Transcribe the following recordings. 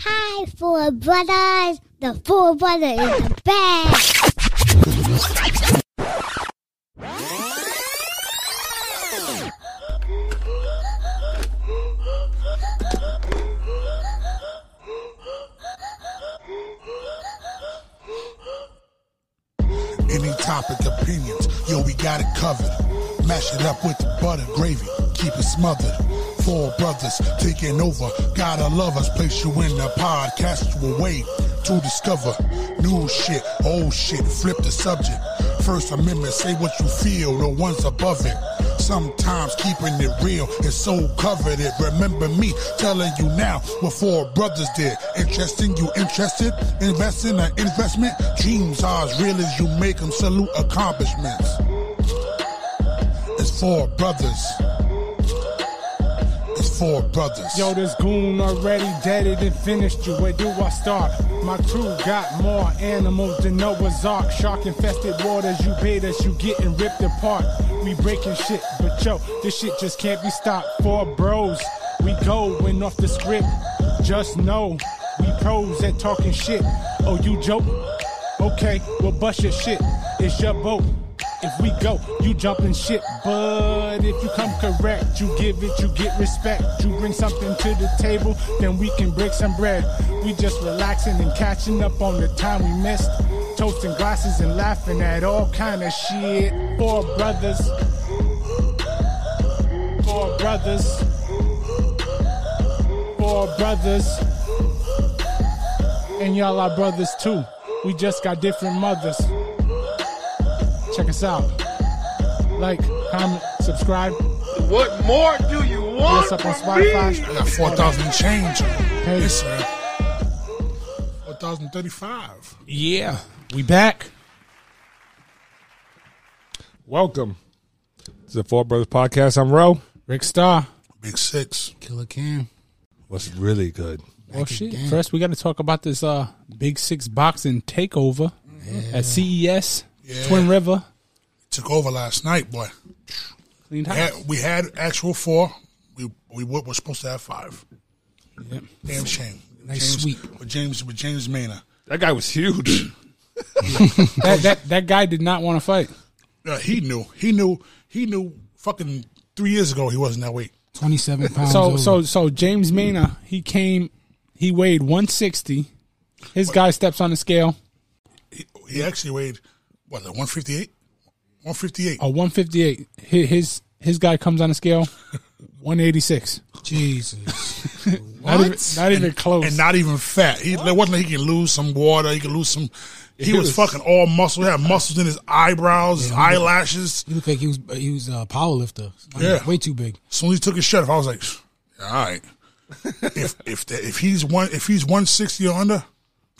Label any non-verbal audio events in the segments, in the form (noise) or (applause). Hi, Four Brothers. The Four Brother is the best. Any topic, opinions, yo, we got it covered. Mash it up with the butter, gravy, keep it smothered. Four brothers taking over, gotta love us. Place you in the podcastual way to discover new shit, old shit. Flip the subject. First Amendment, say what you feel, the ones above it. Sometimes keeping it real is so coveted. Remember me telling you now what four brothers did. Interesting, you interested? Invest in an investment? Dreams are as real as you make them. Salute accomplishments. It's four brothers. It's four brothers. Yo, this goon already deaded and finished you. Where do I start? My crew got more animals than Noah's Ark. Shark infested waters, you bait us, you getting ripped apart. We breaking shit, but yo, this shit just can't be stopped. Four bros, we going off the script. Just know, we pros at talking shit. Oh, you joke? Okay, well, bust your shit. It's your boat. If we go, you jumping shit, but if you come correct, you give it, you get respect. You bring something to the table, then we can break some bread. We just relaxing and catching up on the time we missed. Toasting glasses and laughing at all kind of shit. Four brothers. Four brothers. Four brothers. And y'all are brothers too. We just got different mothers check us out. Like, comment, subscribe. What more do you Hit want us up on from me? I Spotify. got 4,000 and change. Hey. Yes, sir. 4,035. Yeah, we back. Welcome, It's the Four Brothers Podcast. I'm Ro. Rick Starr. Big six. Killer Cam. What's really good? Well, Oh, shit. again. First, we got to talk about this uh Big Six boxing takeover at CES, Yeah. Twin River, Took over last night, boy. cleaned We house. had, we had actual four. We we were, were supposed to have five. Yep. Damn shame. Nice James, sweep. With James with James Maynard. That guy was huge. That, that that guy did not want to fight. Uh, he knew. He knew. He knew. Fucking three years ago, he wasn't that weight. 27 pounds. So over. so so James Mina, he came, he weighed 160. His guy steps on the scale, He, he actually weighed what? One fifty eight. One fifty eight. a 158. His his, his guy comes on (laughs) the scale, 186. (laughs) Jesus. Not even, what? not even close. And not even fat. He, it wasn't like he could lose some water. He could lose some. He He was, was- fucking all muscle. He had muscles in his eyebrows, his eyelashes. He looked like he was he was a power lifter. Yeah. Way too big. As soon as he took his shirt off, I was like, "Yeah, (laughs) all right. if if the, if he's one if he's one sixty or under,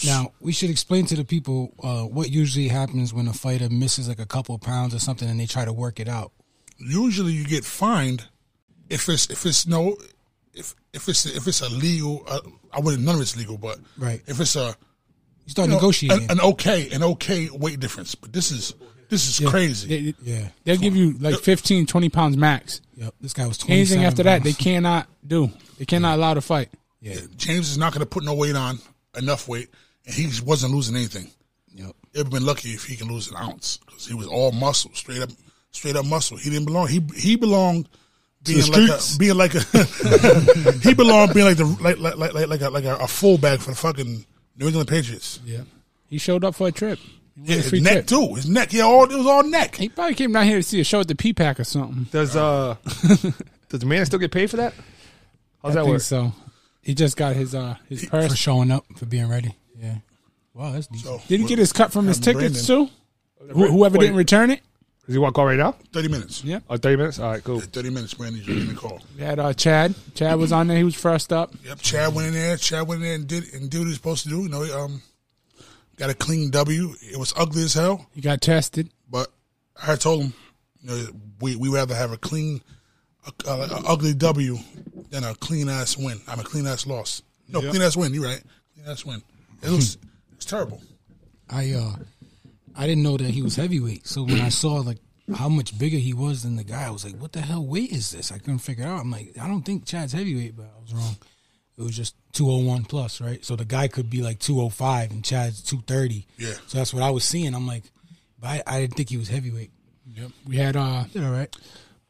Now, we should explain to the people uh, what usually happens when a fighter misses like a couple of pounds or something and they try to work it out. usually you get fined if it's if it's no if if it's if it's a legal uh, I wouldn't none of it's legal but Right. if it's a You start you know, negotiating. an, an okay an okay weight difference but this is this is crazy They, yeah. They'll give you like 15, 20 pounds max. Yep. This guy was 27 Anything after that, they pounds. cannot do. They cannot allow to fight. Yeah. James is not going to put no weight on enough weight and he wasn't losing anything Yep. it would have been lucky if he can lose an ounce because he was all muscle straight up straight up muscle he didn't belong he he belonged being like a, being like a (laughs) he belonged being like the like like like like, like a like a, a fullback for the fucking New England Patriots Yeah. He showed up for a trip. He won Yeah, a his free neck trip. too. His neck, yeah, all it was all neck. He probably came down here to see a show at the P-Pack or something. Does (laughs) uh, does the man still get paid for that? How's I that think work? so. He just got his uh his For purse. showing up, for being ready. Yeah. Wow, that's deep. So, Did he get his cut from his Um, tickets too? Wh- whoever Wait. didn't return it. Does he want to call right now? thirty minutes. Yeah. Oh, 30 minutes? All right, cool. thirty minutes. Brandon you didn't call. We had uh, Chad. Chad was on there. He was first up. Yep. Chad went in there. Chad went in there and did and did what he was supposed to do. You know, he, um, got a clean W. It was ugly as hell, He got tested. but I told him, you know, we we rather have a clean, a, a, a ugly W than a clean ass win. I'm a clean ass loss. No, clean ass win. You're right. Clean ass win. It was (laughs) it's terrible. I uh I didn't know that he was heavyweight. So when I (clears throat) saw like how much bigger he was than the guy, I was like, "What the hell weight is this?" I couldn't figure it out. I'm like, "I don't think Chad's heavyweight," but I was wrong. it was just 201 plus, right? So the guy could be like 205 and Chad's 230. Yeah. So that's what I was seeing. I'm like, but I, I didn't think he was heavyweight. Yep. We had uh, Did all right.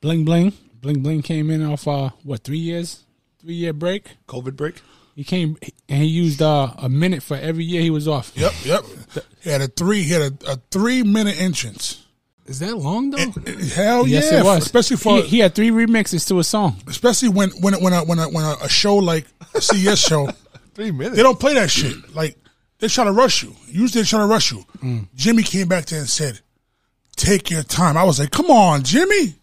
Bling Bling. Bling Bling came in off uh, what three years, three year break. COVID break. He came and he used uh, a minute for every year he was off. Yep, yep. He had a three. He had a, a three minute entrance. Is that long though? Hell Yes, Oh, yeah! it was. Especially for he, he had three remixes to a song. especially when when when a, when a, when a, a show like a CES (laughs) show (laughs) Three minutes. they don't play that shit. Like they try to rush you. Usually they try to rush you. Jimmy came back there and said, "Take your time." I was like, "Come on, Jimmy,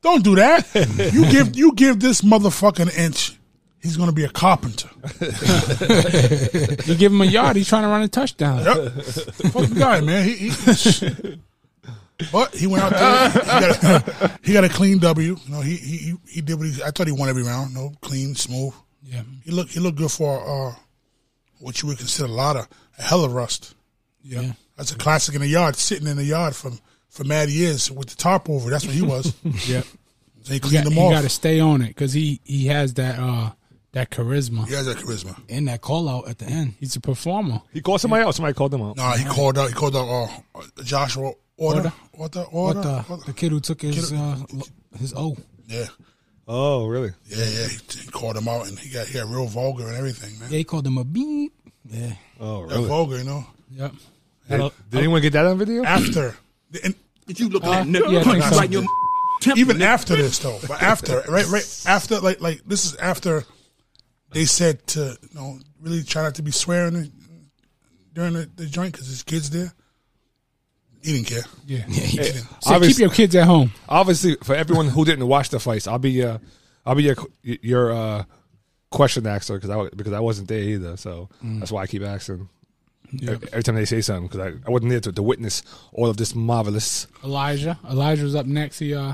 don't do that. you give you give this motherfucker an inch, he's gonna be a carpenter." You give him a yard, he's trying to run a touchdown. Yep. Fuck the guy, man. He, he, (laughs) but he went out there. He got, a, he got a clean W. You know, he he he- he did what he. I thought he won every round. No, clean, smooth. Yeah. He looked he looked good for uh, what you would consider a lot of a hella rust. Yeah. That's a classic in the yard, sitting in the yard from for mad years with the tarp over. That's what he was. Yep. They You cleaned got, him off. to stay on it because he he has that uh that charisma. he has that charisma. And that call out at the end. He's a performer. He called somebody out. Somebody called him out. Nah, he called out. He called out uh, Joshua Order. Order. Order. What uh, the, the kid who took his Kid- uh, lo- his O. Yeah. Oh, really? Yeah, yeah, he, he called him out, and he got he got real vulgar and everything, man. Yeah, he called him a beep. Yeah. Oh, Got really? vulgar, you know. Yep. Did, did anyone get that on video? After, and You looking at nigga yeah, I think punch so. right in your temple. even after this though, but after, right, right after, like, like this is after they said to you know really try not to be swearing during the, the joint because his kids there. He didn't care. Yeah. He didn't. So keep Obvious- your kids at home. Obviously, for everyone who didn't watch the fights, I'll be uh, I'll be your your uh, question asker because I wa- because I wasn't there either. So that's why I keep asking every, every time they say something because I, I wasn't there to, to witness all of this marvelous. Elijah. Elijah was up next. He uh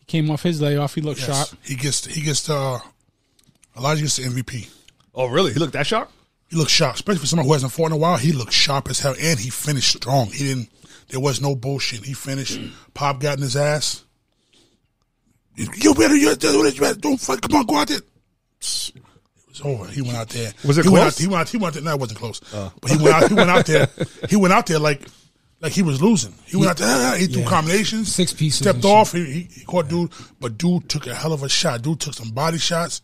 he came off his layoff. He looked Yes. sharp. He gets he gets the uh, Elijah gets the MVP. Oh, really? He looked that sharp. He looked sharp, especially for someone who hasn't fought in a while. He looked sharp as hell, and he finished strong. He didn't. There was no bullshit. He finished. Pop got in his ass. You better. You better do this. You better don't fight. Come on, go out there. It was over. He went out there. Was it he Went close? Oh. out, he went. Out, he went out there. No, it wasn't close. But he went out. He went out (laughs) there. He went out there like. Like he was losing, he went out there. ah, He threw Yeah. combinations, Six pieces stepped and off. He, he, he caught dude, but dude took a hell of a shot. Dude took some body shots.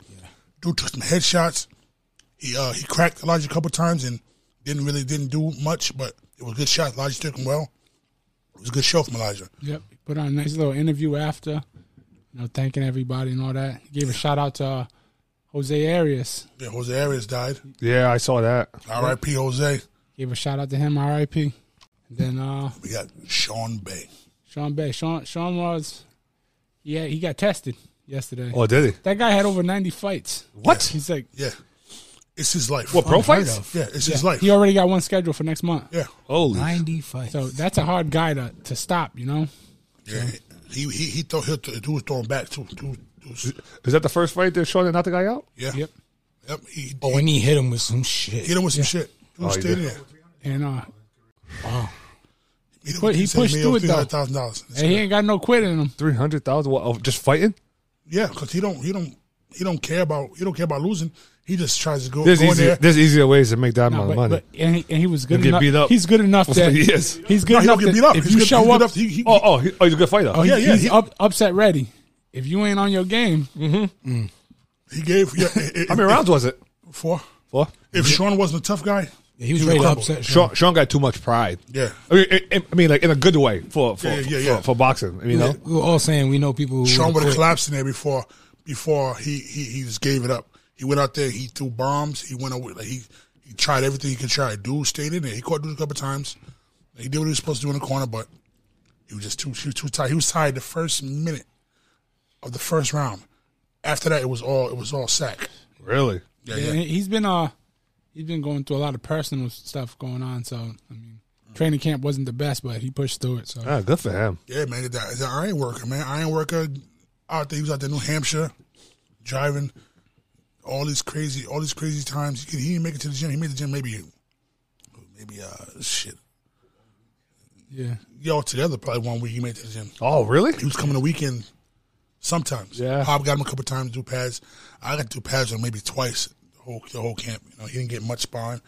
Dude took some headshots he uh, he cracked Elijah a couple times and didn't really didn't do much, but it was a good shot. Elijah took him well. It was a good show from Elijah. Yep. Put on a nice little interview after. You know, thanking everybody and all that. He gave a shout out to uh, Jose Arias. Yeah, Jose Arias died. Yeah, I saw that. R.I.P. Jose. Gave a shout out to him, RIP. And then uh We got Sean Bay. Sean Bay. Sean Sean was yeah, he got tested yesterday. Oh, did he? That guy had over ninety fights. What? He's like Yeah, it's his life. What pro fights? Yeah, it's his life. he already got one scheduled for next month. yeah, Holy! 90 fights. So that's a hard guy to, to stop, you know? yeah. He he he thought he'll th- he was throwing back too. Dude, was, Is that the first fight that Sean knocked the guy out? yeah, Yep. yep. He, oh, and he hit him with some shit. he hit him with some shit. Dude Oh, he stayed in did. there. And uh He, But he pushed through it, though. thousand dollars. and he ain't got no quit in him. Three hundred thousand of just fighting. Yeah, because he don't he don't he don't care about he don't care about losing. He just tries to go, There's go in easier. there. There's easier ways to make that amount But, of money. but and, he, and he was good He'll get enough. beat up. He's good (laughs) enough (laughs) that He is. he's good No, he don't enough get that beat up. if He's you good- show he's good up, enough. He- he- oh, oh, he, oh, he's a good fighter. oh, yeah, he- yeah, he's he- up, upset ready. If you ain't on your game, He gave. (laughs) Yeah, How many rounds was it? Four. Four. If Sean wasn't a tough guy, Yeah, he was ready to crumbled. upset Sean. Sean, Sean got too much pride. Yeah. I mean, I- I- I mean, like in a good way for for Yeah, yeah, yeah. For, for boxing. You We- know, We were all saying we know people who Sean would have quit. collapsed in there before before he, he he just gave it up. He went out there. He threw bombs. He went away. Like he he tried everything he could try. Dude stayed in there. He caught dude a couple times. He did what he was supposed to do in the corner, but he was just too he was too tired. He was tired the first minute of the first round. After that, it was all it was all sack. really. Yeah, and yeah. he's been uh he's been going through a lot of personal stuff going on. So I mean, training camp wasn't the best, but he pushed through it. So Ah, good for him. Yeah, man, he's a- he's an iron worker, man. Iron worker out there. He was out there in New Hampshire, driving all these crazy, all these crazy times. He, he didn't make it to the gym. He made the gym maybe, maybe uh shit. yeah, Y'all together probably one week he made it to the gym. Oh, really? He was coming the weekend sometimes. Yeah. Pop got him a couple times to do pads. I got to do pads on maybe twice the whole whole, the whole camp. You know, he didn't get much sparring,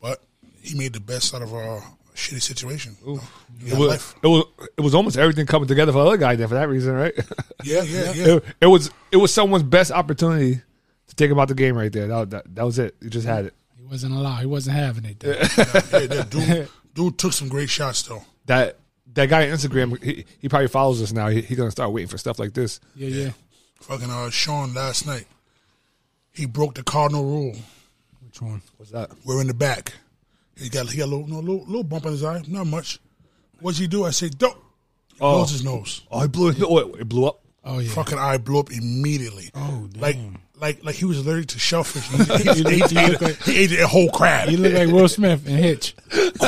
but he made the best out of a shitty situation. You know, he It got was, life. it was it was almost everything coming together for the other guy there for that reason, right? (laughs) Yeah, yeah, yeah. it, it was it was someone's best opportunity to take him out the game right there. That, that, that was it. You just had it. He wasn't allowed. He wasn't having it. though. yeah, yeah, (laughs) dude, dude took some great shots though. That that guy on Instagram, he, he probably follows us now. He's he gonna start waiting for stuff like this. Yeah, yeah. Fucking uh, Sean last night, he broke the cardinal rule. Which one? What's that? We're in the back. He got he got a little, no, little, little bump on his eye, not much. What'd he do? I said, don't. Oh. Blows his nose. Oh, it blew it. Oh, it it blew up. Oh yeah. Fucking eye blew up immediately. Oh, damn. Like like like he was allergic to (laughs) shellfish. He, he, he, ate, he ate a whole crab. He looked like Will Smith in Hitch.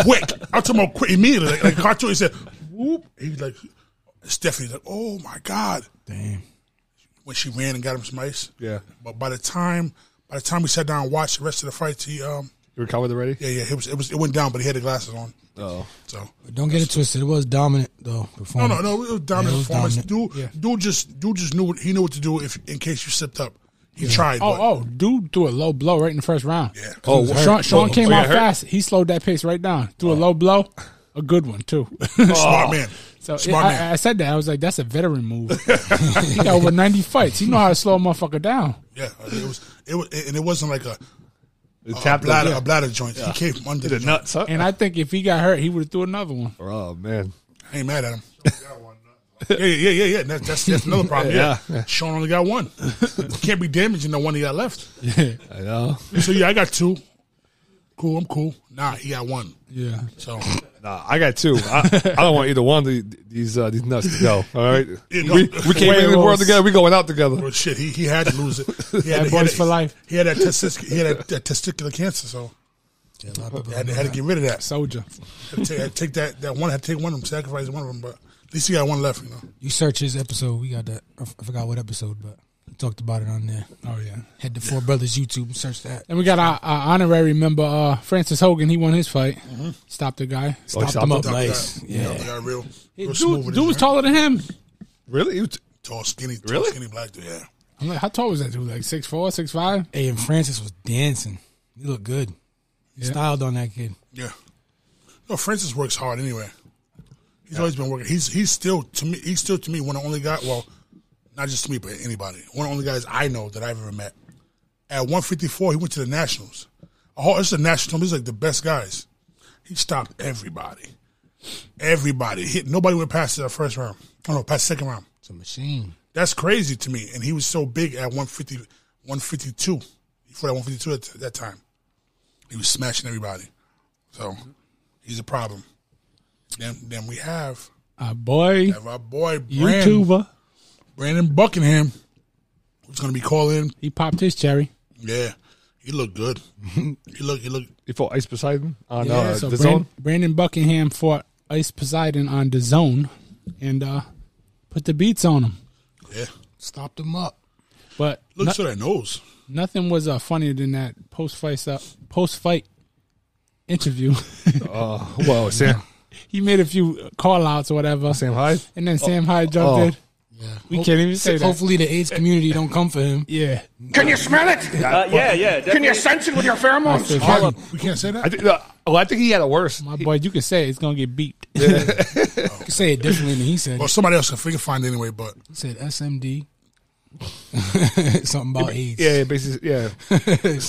quick. I'm talking about quick immediately. Like, like cartoon. He said, whoop. He was like, Stephanie's like, oh my God. Damn. When she ran and got him some ice. Yeah. But by the time by the time we sat down and watched the rest of the fights, he um You recovered already? yeah, yeah, it was it was it went down, but he had the glasses on. Oh. So Don't get it twisted. It was dominant though. no, Performance. no, no. It was dominant Yeah, it was performance. dominant. Dude, dude just dude just knew what, he knew what to do if in case you slipped up. He tried. Oh, but- oh, dude threw a low blow right in the first round. Yeah. Oh, Sean, Sean Oh, came you out hurt? Oh. fast. He slowed that pace right down. Threw a low blow, a good one (laughs) too. smart man. (laughs) so it, smart man. I, I said that I was like, "That's a veteran (laughs) move." he got over ninety fights. He know how to slow a motherfucker down. yeah, I mean, it was it was and it wasn't like a, Oh, It a tapped bladder the, a bladder joint. He came from under the, the joint. nuts. Huh? And I think if he got hurt, he would have threw another one. Oh man. I ain't mad at (laughs) him. yeah, yeah, yeah, yeah. yeah. That, that's that's another problem. Yeah. Sean only got (laughs) one. Can't be damaging the one he got left. I know. So yeah, I got two. Cool, I'm cool. Nah, he got one. Yeah, So Nah, I got two. I, I don't want either one of the- these uh, these nuts to go. All right. you know, We, we came in the world Werewolves. together. We going out together. well, shit, he, he had to lose it. He had, Bad he boys had- for life. He had that testicular, he had that, that testicular cancer, so Yeah, a lot of people I had, to- don't know had to that. get rid of that. So soldier. I had to take, I had to take that that one. I had to take one of them, sacrifice one of them, but at least he got one left. You know, You search his episode. We got that. I f- I forgot what episode, but we talked about it on there. Oh yeah. Head to Four Brothers YouTube. and Search that. And we got our, our honorary member, uh, Francis Hogan. He won his fight. Stopped the guy. Oh, he Mm-hmm. Stopped stopped him up That- nice. that- Yeah. that got real, real Dude, smooth with dude his was hand. taller than him. Really? You t- tall, skinny, tall, Really? skinny black dude. Yeah. I'm like, how tall was that dude? Like six four, six five? Hey, and Francis was dancing. He looked good. He Styled on that kid. Yeah. No, Francis works hard anyway. He's always been working. He's he's still to me. He's still to me one of the only guys. Well, not just to me, but anybody. One of the only guys I know that I've ever met. At 154, he went to the Nationals. Oh, it's the Nationals. He's like the best guys. He stopped everybody. Everybody. Hit nobody went past the first round. Oh no, past second round. It's a machine. That's crazy to me. And he was so big at 150, 152. Before that 152 at that time, he was smashing everybody. So he's a problem. Then then we have, Our boy, have our boy Brandon, YouTuber. Brandon Buckingham, who's going to be calling. He popped his cherry. Yeah, he looked good. he looked he looked you fought Ice Poseidon on Yeah, uh, so the Brand- zone? Brandon Buckingham fought Ice Poseidon on the zone and uh, put the beats on him. yeah. Stopped him up. But Look no- to that nose. nothing was uh, funnier than that post fight uh, post fight interview. (laughs) Whoa, Uh, Sam. he made a few call outs or whatever, Sam Hyde? and then Sam Hyde jumped oh. in. Yeah. We can't even say that. Hopefully the AIDS community don't come for him. Yeah, Can you smell it? Uh, yeah, yeah. Can you sense it with your pheromones? We can't say that. I think, uh, well, I think he had a worse. my boy, you can say it, it's gonna get (laughs) beeped. You could say it differently than he said. Well, He somebody else can figure find it anyway. But (laughs) said SMD. Something about AIDS. Yeah, yeah, basically, yeah,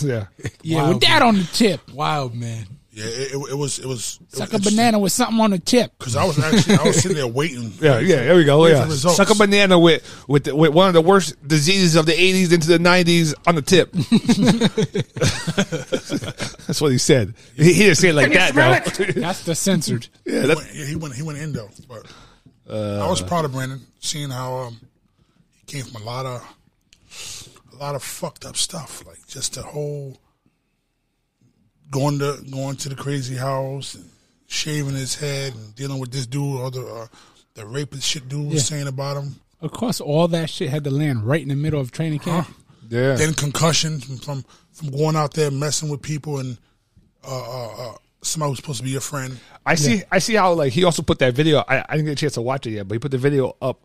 yeah. Yeah, Wild, with that on the tip, Wild man. yeah, it, it, it was it was it suck (laughs) a banana with something on the tip. because I was actually I was sitting there waiting. Yeah, yeah, there we go. Wait for Yeah, results. suck a banana with with the, with one of the worst diseases of the '80s into the '90s on the tip. That's what he said. He, he didn't say it like that though. That's the censored. yeah, that's, went- yeah, he went he went in though. But I was proud of Brandon, seeing how um, he came from a lot of a lot of fucked up stuff, like just the whole going to going to the crazy house and shaving his head and dealing with this dude or the uh, the rapist shit dude was saying about him. (laughs) Of course, all that shit had to land right in the middle of training camp. (laughs) yeah. Then concussion from, from from going out there messing with people and uh, uh, uh, somebody who's supposed to be your friend. I see. I see how like he also put that video. I, I didn't get a chance to watch it yet, but he put the video up,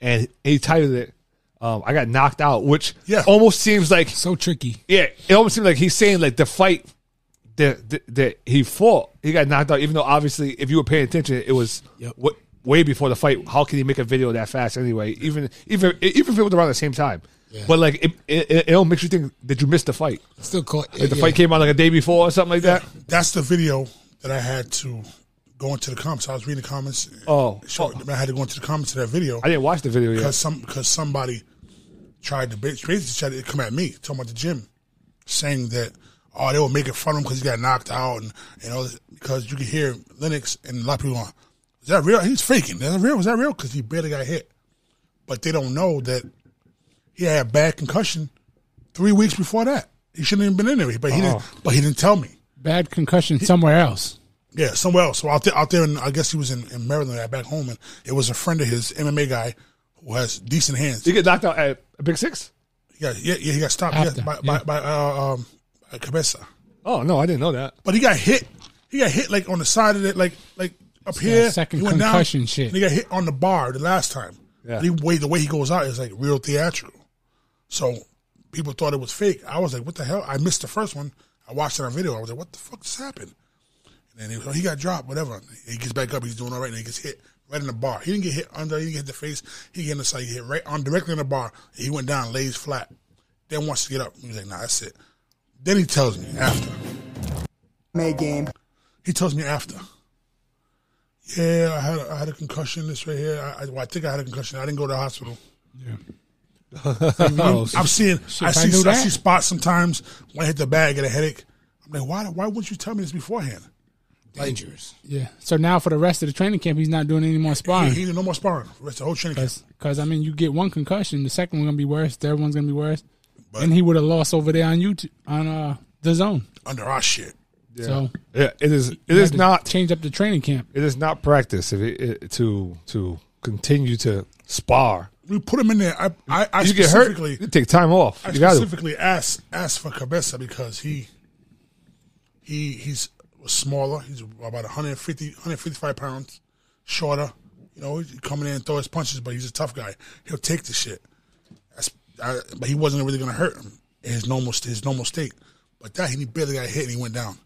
and he titled it Um, I got knocked out, which Yeah. almost seems like So tricky. yeah, it almost seems like he's saying like the fight that that, that he fought, he got knocked out. Even though obviously, if you were paying attention, it was Yep. wa- way before the fight. How can he make a video that fast anyway? Even even even if it was around the same time. But like it, it, it, it'll make you think that you missed the fight. Still caught. Like the fight came out like a day before or something like that. That's the video that I had to go into the comments. I was reading the comments. Oh, Sure, I had to go into the comments of that video I didn't watch the video because yet. some because somebody tried to ba- basically tried to come at me talking about the gym, saying that oh they were making fun of him because he got knocked out and you know because you could hear Lennox and a lot of people going, is that real? He's faking. Is that real? Is that real? Because he barely got hit, but they don't know that he had a bad concussion three weeks before that. He shouldn't even been in there, but he didn't. Uh-huh. But he didn't tell me. Bad concussion somewhere (laughs) else. Yeah, somewhere else. So out there, out there, in, I guess he was in, in Maryland, back home, and it was a friend of his, MMA guy, who has decent hands. You get knocked out at a big six? He got, yeah, yeah, he got stopped After, yeah, by, yeah. by, by uh, um, by Cabeza. Oh no, I didn't know that. But he got hit. He got hit like on the side of it, like like up here. second he went down, concussion shit. And he got hit on the bar the last time. Yeah. But he way the way he goes out is like real theatrical. So people thought it was fake. I was like, what the hell? I missed the first one. I watched it on video. I was like, what the fuck just happened? And then he, was, oh, he got dropped, whatever. He gets back up. He's doing all right, and he gets hit right in the bar. He didn't get hit under. He didn't get hit in the face. He get in the side. He hit right on directly in the bar. He went down, lays flat. Then wants to get up. He's like, nah, that's it. Then he tells me after. May game. He tells me after. Yeah, I had a, I had a concussion. This right here. I, I, well, I think I had a concussion. I didn't go to the hospital. Oh, I'm seeing. I if I see. knew I, that. see spots sometimes when I hit the bag, I get a headache. I'm like, why? Why wouldn't you tell me this beforehand? Dangerous. Yeah. So now for the rest of the training camp, he's not doing any more He, sparring. he did no more sparring. The rest of the whole training camp. Because I mean, you get one concussion, the second one's gonna be worse, the third one's gonna be worse, and he would have lost over there on YouTube on uh the zone. under our shit. So yeah, it is. It is not. change up the training camp. It is not practice if it, it, to to continue to spar We put him in there. I I, I you get hurt, specifically you take time off. I You got to. specifically asked asked for Cabeza because he he he's smaller. He's about 150, 155 pounds, shorter. You know, he's coming in and throw his punches, but he's a tough guy. He'll take the shit. That's, I, but he wasn't really going to hurt him in his normal his normal state. But that he barely got hit and he went down.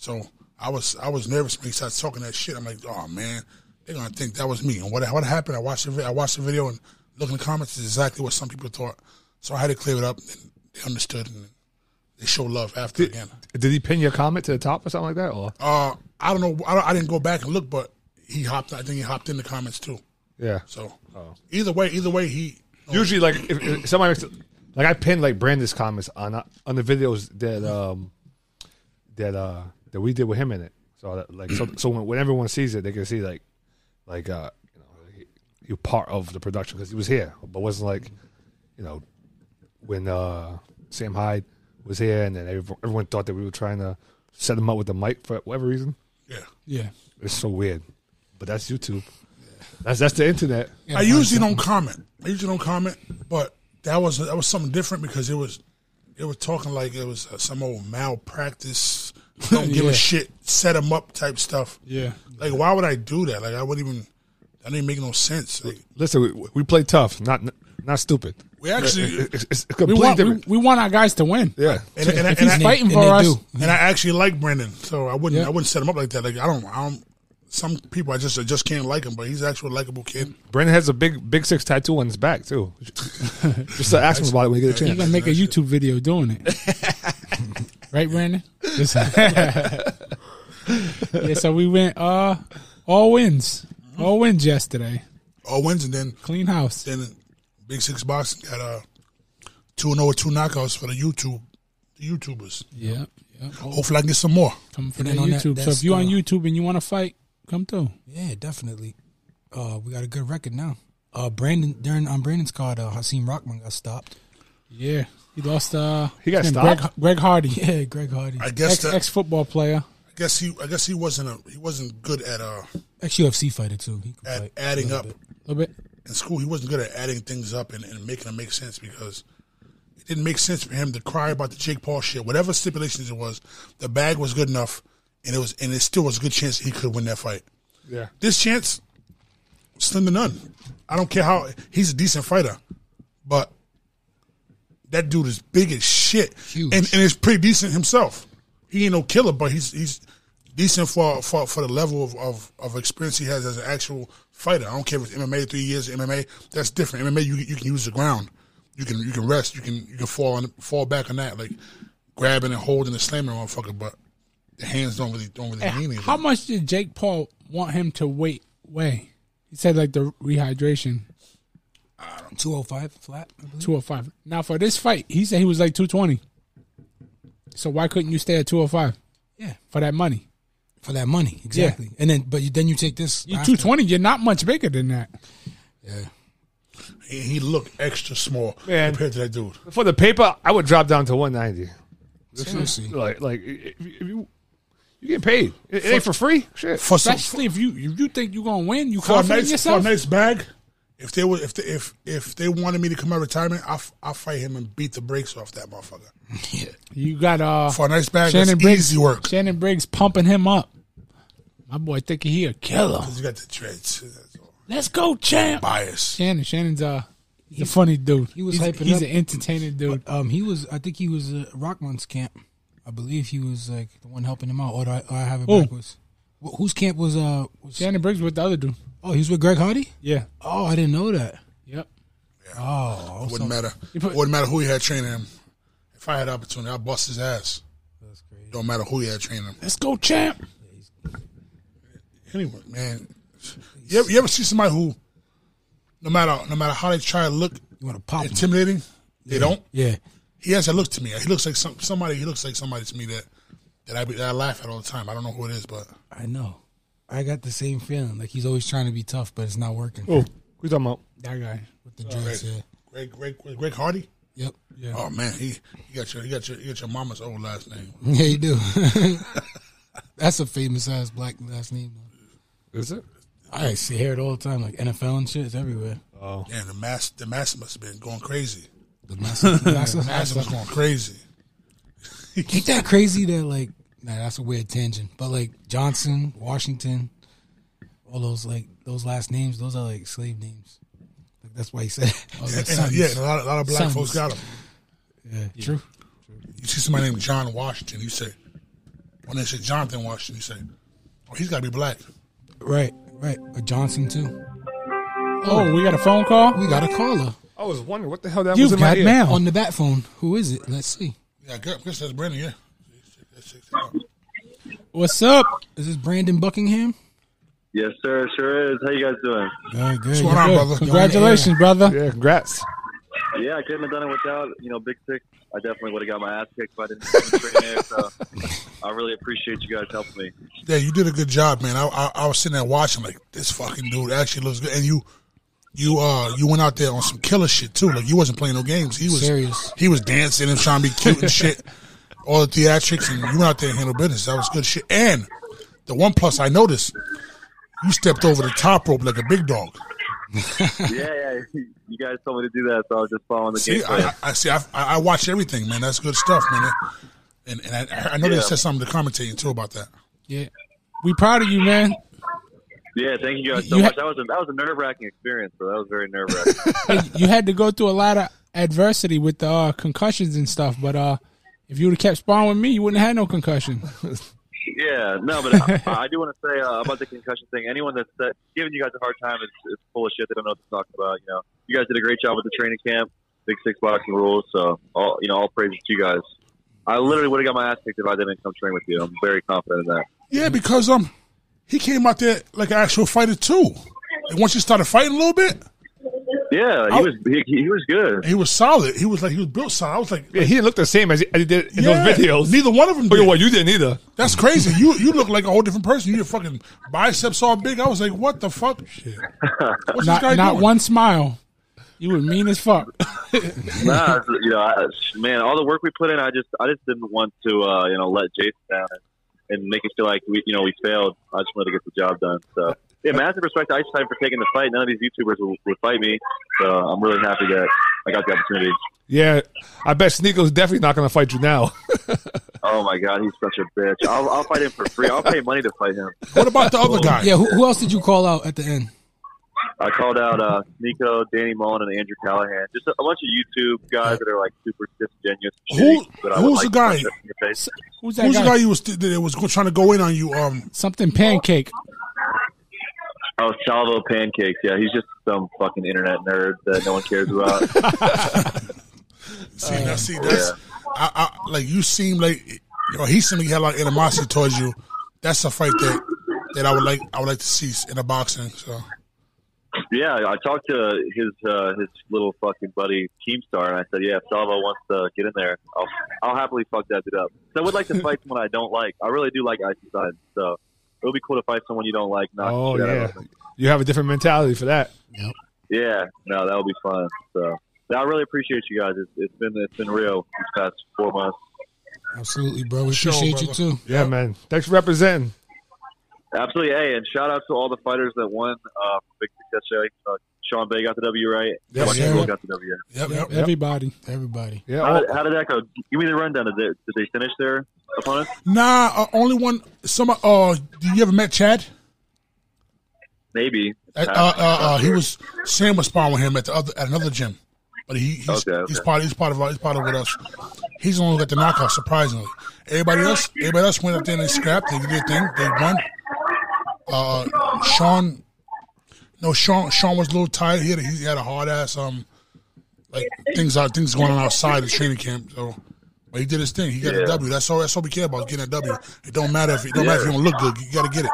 So I was I was nervous when he started talking that shit. I'm like, oh man, they're gonna think that was me. And what what happened? I watched the vi- I watched the video and look in the comments is exactly what some people thought. So I had to clear it up. And they understood and they show love after again. Did he pin your comment to the top or something like that? Or Uh, I don't know. I, don't, I didn't go back and look, but he hopped. I think he hopped in the comments too. yeah. So either way, either way, he Usually, like if, if somebody makes, like I pinned like Brandon's comments on on the videos that um that uh that we did with him in it. So that, like so so when, when everyone sees it, they can see like like uh you know he, he was part of the production because he was here, but wasn't like you know when uh Sam Hyde was here, and then everyone, everyone thought that we were trying to set him up with the mic for whatever reason. yeah. Yeah. It's so weird, but that's YouTube. That's that's the internet. I usually don't comment. I usually don't comment, but that was that was something different because it was it was talking like it was uh, some old (laughs) malpractice, don't give Yeah. a shit, set them up type stuff. Yeah. Like, why would I do that? Like, I wouldn't even. That didn't make no sense. Like, Listen, we, we play tough, not not stupid. we actually It's, it's a We completely want we, different. we want our guys to win. yeah, (laughs) (laughs) and, and, If and, he's I, fighting and for they us, do. and I actually like Brendan, so I wouldn't Yeah. I wouldn't set him up like that. Like, I don't I don't. Some people I just I just can't like him, but he's an actual likable kid. Brandon has a big big six tattoo on his back too. Just to ask him about it when you get a you're chance. gonna make a YouTube video doing it. (laughs) right, Brandon? (laughs) yeah, so we went uh all wins. All wins yesterday. Owens and then Clean house. then Big Six Boxing got uh two and over two knockouts for the YouTube the YouTubers. Yeah. yeah. Hopefully, I can get some more. Come for And that then on that- YouTube. so that's, if you're on uh, YouTube and you want to fight, come through. Yeah, definitely. Uh, we got a good record now. Uh, Brandon during on Brandon's card, uh, Haseem Rockman got stopped. Yeah. He lost uh He got his name, stopped? Greg, Greg Hardy. (laughs) Yeah, Greg Hardy, I Ex guess that, ex football player. I guess he I guess he wasn't a, he wasn't good at uh ex UFC fighter too. He could at fight. adding up A little bit. in school. He wasn't good at adding things up and, and making them make sense because it didn't make sense for him to cry about the Jake Paul shit. Whatever stipulations it was, the bag was good enough, and it was and it still was a good chance he could win that fight. Yeah, This chance, slim to none. I don't care how he's a decent fighter, but That dude is big as shit, Huge. and and is pretty decent himself. He ain't no killer, but he's he's decent for for, for the level of, of, of experience he has as an actual fighter. I don't care if it's MMA three years MMA. That's different. MMA you you can use the ground. You can you can rest. You can you can fall on fall back on that like grabbing and holding and slamming a motherfucker. But the hands don't really don't really mean anything. How much did Jake Paul want him to wait? Weigh? He said like the rehydration, Two oh five flat. I believe. two hundred five. Now for this fight, he said he was like two twenty. So why couldn't you stay at two hundred five Yeah, for that money? for that money exactly. And then, but you, then you take this. You after. two twenty. You're not much bigger than that. Yeah. He, he looked extra small Man. compared to that dude. For the paper, I would drop down to 190. Seriously. Like, like if you, if you, you get paid. It, it ain't for free. Shit. For some, Especially if you if you think you're gonna win, you for a confident in nice for a yourself. nice bag. If they were if they, if if they wanted me to come out of retirement, I I fight him and beat the brakes off that motherfucker You got uh for a nice bag. Shannon that's Briggs. easy work. Shannon Briggs pumping him up. My boy thinking he a killer. You got the trades. That's all. Let's go, champ. Bias. Shannon. Shannon's uh, he's a funny dude. He was he's, hyping He's up- an entertaining dude. Um, he was. I think he was at Rockman's camp. I believe he was like the one helping him out. Or do I, or I have it Who? backwards. Wh- whose camp was? Uh, was Shannon Briggs with the other dude. oh, he was with Greg Hardy. Yeah. Oh, I didn't know that. Yep. Oh, Wouldn't matter. put- Wouldn't matter who he had training him. If I had opportunity, I'd bust his ass. Don't matter who he had training him. Let's go, champ. Anyway, man. You ever, you ever see somebody who, no matter no matter how they try to look you want to pop him? intimidating, they don't. Yeah, he has that look to me. He looks like some somebody. He looks like somebody to me that that I, be, that I laugh at all the time. I don't know who it is, but I know. I got the same feeling. Like he's always trying to be tough, but it's not working. Oh, we talking about? That guy. With the drugs, yeah. Greg Greg Greg Hardy. Yep. Um, Yeah. Oh man, he you got your you got your you got your mama's old last name. Yeah, you do. (laughs) That's a famous ass black last name. Though. Is it? I see hear it all the time, like NFL and shit. It's everywhere. Yeah, the mass the mass must have been going crazy. The massive, massive, Mass was going crazy. Ain't that crazy that like nah, that's a weird tangent. But like Johnson, Washington, all those like those last names, those are like slave names. Like, that's why he said (laughs) And, and, yeah, and a lot, a lot of black Sons. folks got him. True. You see somebody named John Washington, you say when they say Jonathan Washington, you say, oh, he's got to be black. Right, right. But Johnson too. Oh, we got a phone call. We got a caller. I was wondering what the hell that was You've in my got ear. mail. On the bat phone. Who is it? Let's see. Yeah, I guess I guess that's Brandon. Yeah. What's up? Is this Brandon Buckingham? Yes, sir. it Sure is. How you guys doing? Good, good. What's going on, Good. brother? Congratulations, brother. Yeah, congrats. Yeah, I couldn't have done it without you know Big Six. I definitely would have got my ass kicked if I didn't have a train there. So I really appreciate you guys helping me. Yeah, you did a good job, man. I, I I was sitting there watching, like this fucking dude actually looks good, and you, you uh, you went out there on some killer shit too. Like you wasn't playing no games. He was Serious. He was dancing and trying to be cute and shit, (laughs) all the theatrics, and you went out there and handled business. That was good shit. And the one plus I noticed, you stepped over the top rope like a big dog. Yeah, yeah. (laughs) You guys told me to do that, so I was just following the game. See, I, I, I see. I, I watch everything, man. That's good stuff, man. And and I, I know they Yeah. said something to commentating too about that. Yeah. We proud of you, man. Yeah, thank you guys so You much. ha- that was a, that was a nerve wracking experience, bro. That was very nerve wracking. (laughs) Hey, you had to go through a lot of adversity with the uh, concussions and stuff, but uh, if you would have kept sparring with me, you wouldn't have had no concussion. yeah, no, but I, I do want to say uh, about the concussion thing. Anyone that's that, giving you guys a hard time is, is full of shit. They don't know what they're talking about. You know, you guys did a great job with the training camp, Big Six boxing rules. So all you know, all praises to you guys. I literally would have got my ass kicked if I didn't come train with you. I'm very confident in that. Yeah, because um, he came out there like an actual fighter too. And once you started fighting a little bit, Yeah, he I- was he, he was good. he was solid. He was like he was built solid. I was like, Yeah, he didn't look the same as he, as he did in yeah, those videos. Neither one of them Look did. at what you didn't either. That's crazy. You you look like a whole different person. Your fucking biceps all big. I was like, what the fuck? Shit. What's this guy Not, not doing? one smile. You were mean as fuck. nah, it's- you know, I, man, all the work we put in, I just, I just didn't want to, uh, you know, let Jason down and, and make it feel like we, you know, we failed. I just wanted to get the job done. So, yeah, massive respect to Ice Time for taking the fight. None of these YouTubers will, will fight me, so I'm really happy that I got the opportunity. Yeah, I bet Sneako's definitely not going to fight you now. Oh my God, he's such a bitch. I'll, I'll fight him for free. I'll pay money to fight him. Oh, What about the other guy? Yeah, who, who else did you call out at the end? I called out uh, Nico, Danny Mullen, and Andrew Callahan. Just a, a bunch of YouTube guys that are like super disgenuous. and Who- shitty, but I would who's like the guy? to punch them in your face. Who's Who's the guy you was that was go- trying to go in on you? Um, something pancake. Oh, Salvo Pancakes. Yeah, he's just some fucking internet nerd that no one cares (laughs) about. See, now, see, that's I, I, like you seem like, or he seemed like he had a lot of animosity towards you. That's a fight that that I would like. I would like to see in a boxing. So Yeah, I talked to his uh, his little fucking buddy Keemstar, and I said, "Yeah, if Salvo wants to get in there, I'll I'll happily fuck that dude up." So I would like to fight someone I don't like. I really do like Eisenstein, so it would be cool to fight someone you don't like. Knock Oh the shit out of yeah, them. you have a different mentality for that. yeah, no, that would be fun. So I really appreciate you guys. It's, it's been it's been real these past four months. Absolutely, bro. We Show, appreciate you brother. too. Yeah, man. Thanks for representing. Absolutely, hey, and shout out to all the fighters that won uh, Big Success Show. Uh, Sean Bay got the W, right? Yes, Joaquin sir. Bull got the W. yep. Everybody. Everybody. Yeah. How, all- did, how did that go? Give me the rundown. Did they, did they finish their opponents? nah, uh, only one. Some. Uh, do you ever met Chad? Maybe. Uh, uh, uh, uh, he was Sam was sparring with him at the other at another gym, but he he's, Okay, he's okay. part he's part of our- he's part of with us. He's the one who got the knockout. Surprisingly, everybody else everybody else went up there and they scrapped. They did their thing. They won. Uh, Sean, no Sean Sean was a little tired. He had a, he had a hard ass um like things out things going on outside the training camp. So. But he did his thing. He got Yeah. a W. That's all. That's all we care about. is Getting a W. It don't matter if it don't matter if you Yeah. don't look good. You got to get it.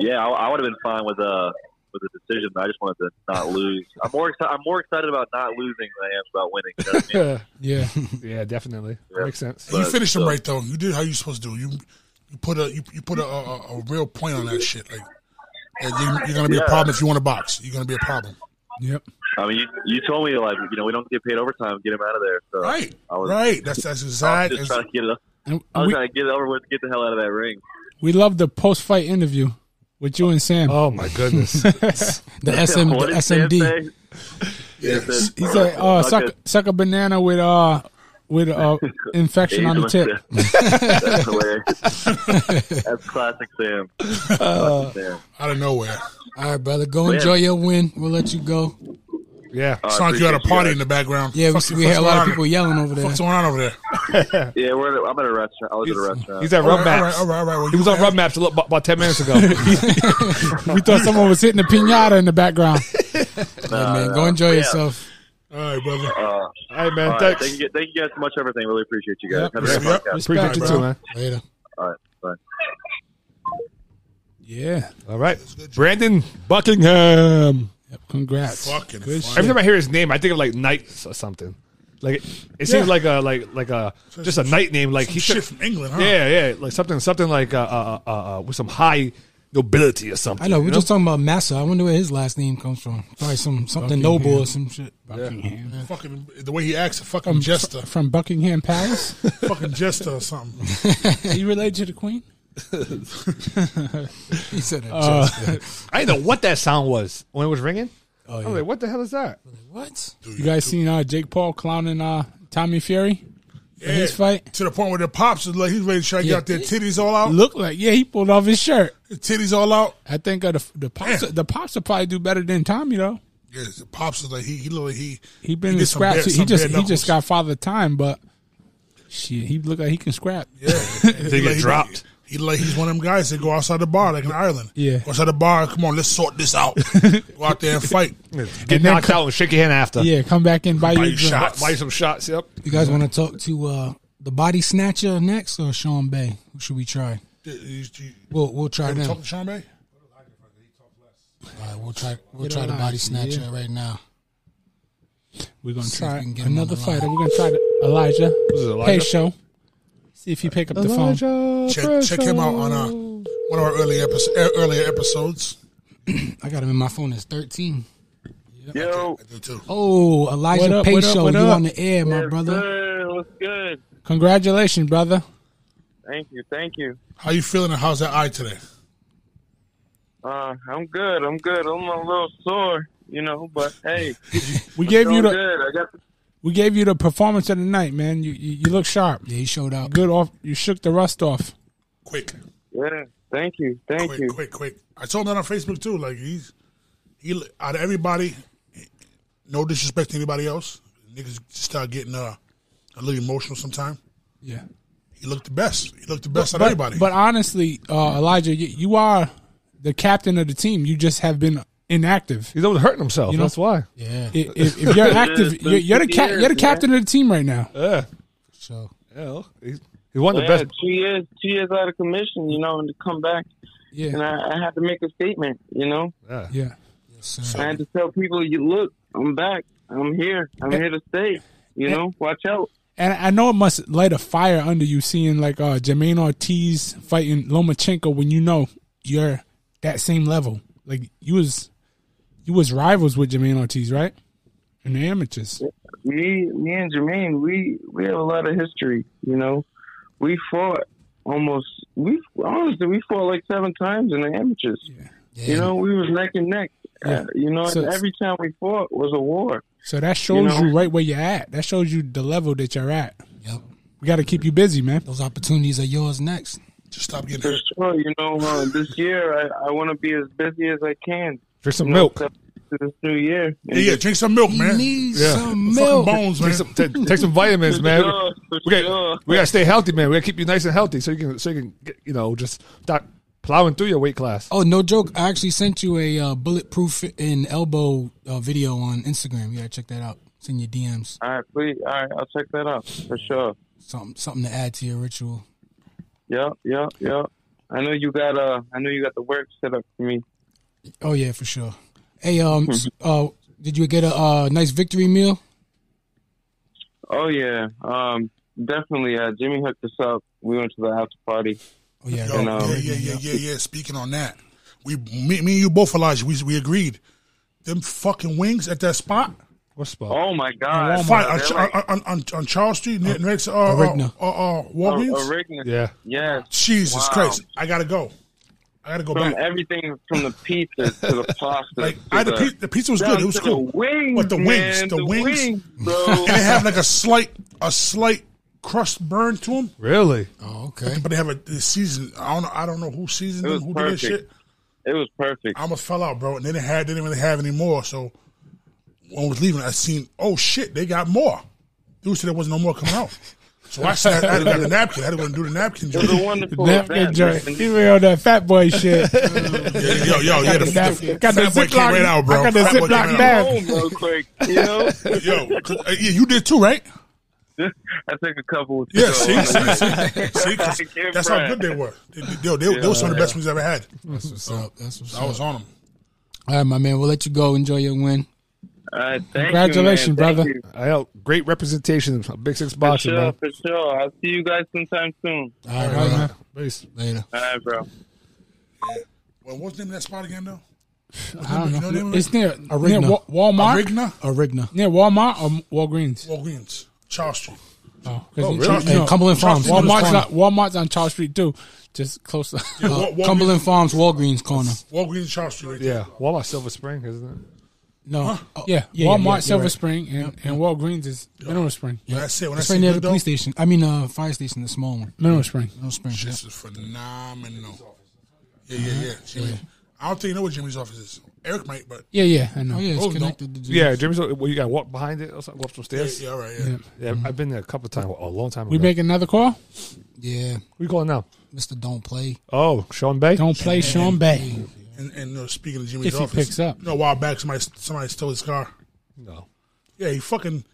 Yeah, I, I would have been fine with uh with the decision. But I just wanted to not lose. I'm more exci- I'm more excited about not losing than I am about winning. You know what I mean? (laughs) oh, Yeah. Yeah. Yeah, definitely. Yeah. Makes sense. you But, finished him so- right though. You did how you supposed to do. You you put a you, you put a, a, a real point on that shit. Like that you, you're gonna be a Yeah. problem if you want to box. You're gonna be a problem. Yep. I mean, you, you told me like you know we don't get paid overtime. Get him out of there. So Right, I was, right. That's that's I was exactly. just trying to get it. up- And I was we, trying to get it over with. Get the hell out of that ring. we love the post fight interview with you and Sam. (laughs) Oh my (laughs) goodness. (laughs) The (laughs) SM, What the did Sam SMD. say? Yeah, he said, He said, uh, "Suck suck, it." suck a banana with uh with (laughs) uh infection on the He's tip. doing that. That's hilarious. That's classic Sam. Classic Sam. out of nowhere. All right, brother. Go Yeah. enjoy your win. We'll let you go. Yeah. I Sound like you had a appreciate you party guys. in the background. Yeah, we, Fuck you- we fuck's had a lot going of on people yelling over there. What's going on over there? Yeah, we're at a, I'm at a restaurant. I was at a restaurant. He's at Rub all Maps. right, all right, all right. Well, He you was on had- Rub Maps a little, about, about 10 (laughs) minutes ago. We thought someone was hitting a pinata in the (laughs) background. Yeah, man. Go enjoy yourself. All right, brother. Uh, hey, man. all right, thanks. thank, you, thank you guys so much for everything. Really appreciate you guys. Have a great Yep. podcast. Appreciate Respect, you bro. too, man. Later. All right, bye. Yeah. All right. Brandon Buckingham. Um, Yep. Congrats. Fucking Good fun. Every time I hear his name, I think of like Knight or something. Like, it, it seems Yeah. like a, like, like a, just a Knight name. Like, he Some shit should. from England, huh? Yeah, yeah. Like something, something like, uh, uh, uh, uh, with some high nobility or something. I know. We're you just talking about Massa. I wonder where his last name comes from. Probably some something noble or some shit. Fucking the way he acts, a fucking jester, From Buckingham Palace. fucking (laughs) jester or something. (laughs) Are you related to the Queen? He said that. (laughs) shit. I didn't know what that sound was when it was ringing. Oh, I was yeah. like, what the hell is that? What? You guys seen uh, Jake Paul clowning uh, Tommy Fury in his fight? To the point where the pops is like he's ready to try to Yeah. get out there, titties all out, Looked like yeah, he pulled off his shirt. titties all out. I think uh, the the pops Damn. the pops will probably do better than Tommy though. Yeah, the pops is like he, he literally he He been did in some scraps. bare- he some just bare he just knuckles. got father time, but shit, he look like he can scrap. (laughs) Yeah, They get dropped. He like he's one of them guys that go outside the bar, like in Ireland. Yeah. go outside the bar. Come on, let's sort this (laughs) out. go out there and fight. Get And then knocked co- out and shake your hand after. Yeah, come back and buy, Buy you you a drink. shot. Buy you some shots. Yep. You guys want to talk to uh, the body snatcher next or Sean Bay? Who should we try? You, you- We'll we'll try you them. talk to Sean Bay? All right, we'll try we'll Get try on the out. body snatcher Yeah. right now. We're gonna See if try we can get him on another the fighter. line. We're gonna try the Elijah. This is Elijah. Hey, show. See if you pick up the phone. Check, check him out on uh, one of our earlier episo- er, earlier episodes. I got him in my phone. It's thirteen. Yo, I do too. Oh, What Elijah up, what up, Payshow, what you up? on the air, my brother? what's good? Congratulations, brother. Thank you, thank you. How you feeling? And how's that eye today? Uh, I'm good. I'm good. I'm a little sore, you know, but hey, We gave you doing the good. I got the we gave you the performance of the night, man. You you, you look sharp. Yeah, he showed out. Good off. You shook the rust off. Quick, yeah. Thank you, thank quick, you. quick, quick. I told him that on Facebook too. Like he's he li- out of everybody, no disrespect to anybody else, niggas start getting uh, a little emotional sometime. Yeah. He looked the best. He looked the best out but, of everybody. But honestly, uh, Elijah, you, you are the captain of the team. You just have been inactive. He's always hurting himself. That's why. Yeah. Yeah. If, if, if you're Yeah, active, it's you're, been you're the 50 cap, years, you're the man. captain of the team right now. Yeah. So yeah, he, he won the Yeah, best. Two years, two years out of commission, you know, and to come back, yeah. and I, I had to make a statement, you know. Yeah. Yeah. I had to tell people, "You look, I'm back. I'm here. I'm here to stay. You know, watch out." And I know it must light a fire under you seeing like uh, Jermaine Ortiz fighting Lomachenko when you know you're that same level. Like you was you was rivals with Jermaine Ortiz, right? In the amateurs. Me, me and Jermaine, we we have a lot of history. You know, we fought almost. We honestly, we fought like seven times in the amateurs. You know, we was neck and neck. Yeah. Uh, you know, So and it's- every time we fought was a war. So that shows know? you, right where you're at. That shows you the level that you're at. Yep. We got to keep you busy, man. Those opportunities are yours next. Just stop getting For sure, you know, uh, this year I, I want to be as busy as I can. Drink some You know, milk. To this new year. Yeah, yeah, drink some milk, man. Need some Fucking bones, Take man. some, ta- take some (laughs) vitamins, For man. sure, for we, got, sure. we gotta stay healthy, man. We gotta keep you nice and healthy so you can so you can get, you know just start plowing through your weight class. Oh, no joke. I actually sent you a uh, bulletproof and elbow uh, video on Instagram. You gotta check that out. It's in your DMs. All right, please. All right, I'll check that out for sure. Something, something to add to your ritual. Yep, yep, yep. I know you got uh, I know you got the work set up for me. Oh yeah, for sure. Hey, um, s- uh, did you get a uh, nice victory meal? Oh yeah, um, definitely. Uh, Jimmy hooked us up. We went to the after party. Oh yeah, Yo, and, um, yeah, yeah, yeah, yeah, yeah. Speaking on that, we, me, me and you both, Elijah, we, we agreed. Them fucking wings at that spot. What spot? Oh my god! Fight on, They're Char- like- on, on, on, on Charles Street Oh. near- next to uh, Origna. uh, uh, uh, Walgreens. Oh, Origna. Yeah. Yeah. Jesus Wow. Christ! I gotta go. I gotta go From back. everything from the pizza to the pasta. to I, the, pi- the pizza was down good. It was to cool. The wings, but the wings, man, the, wings, (laughs) bro. and they have like a slight, a slight crust burn to them. Really? Oh, okay. But they have a this season. I don't know. I don't know who seasoned It them. was Who perfect. did that shit? It was perfect. I almost fell out, bro. And they didn't have. They didn't really have any more. So when I was leaving, I seen. Oh shit! They got more. Dude said there wasn't no more coming out. So I snapped. I had to grab the napkin. I had to go and do the napkin. It was a joint. wonderful Napkin event. Oh, joint. He be on that fat (laughs) boy shit. Yo, yo, yeah, the, the, Got the the, Ziploc- fat boy came right out, bro. I got the Fat boy came Ziploc right out. bag. Home real quick, you know. Yo, 'cause, uh, yeah, you did too, right? I took a couple. to Yeah, go see, (laughs) on see, the see, way. see, 'cause I can't that's how brag. good they were. They, they, they, they, were some of the best ones I ever had. That's what's up. That's what's I was up. on them. All right, my man. We'll let you go. Enjoy your win. All right, thank you, man. Congratulations, Thank brother. you. I know, great representation of Big Six For boxing, sure, man. for sure. I'll see you guys sometime soon. All right, man. Peace. Later. All right, bro. Well, what's the name of that spot again, though? I Uh, You don't the name know. of It's it? near, near Arigna. Wa- Walmart. Arigna? Arigna. Near Walmart or Walgreens. Walgreens, Charles Street. Oh, Oh, oh really? really? Hey, Cumberland Farms, Cumberland Walmart's, Farms. on, Walmart's on Charles Street too, just close. to- (laughs) Yeah, Wa- Walgreens, Cumberland Farms, Walgreens corner. Walgreens, Charles Street. Right there. Yeah, Walmart Silver Spring, isn't it? No, Oh, yeah, yeah, Walmart yeah, you're Silver right. Spring and, and Walgreens is Mineral Spring. Yeah, that's it. When It's I right see near good, the though, police station. I mean, uh, fire station, the small one. Mineral Spring. No spring. yeah. this is phenomenal. Yeah, yeah, yeah. Uh-huh. Jimmy. I don't think you know what Jimmy's office is. Eric might, but Yeah, yeah, I know. Oh yeah, it's Those connected to Jimmy. Yeah, Jimmy's. Well, you gotta walk behind it or something. Walk up some yeah, stairs. yeah, Yeah, all right, yeah. I've been there a couple times. A long time ago. We make another call. Yeah, Who you calling now? Mr. Don't Play. Oh, Sean Bay. Don't play Sean Bay. And, and uh, speaking of Jimmy's If he office, picks up. you know, a while back, somebody somebody stole his car. No. Yeah, he fucking.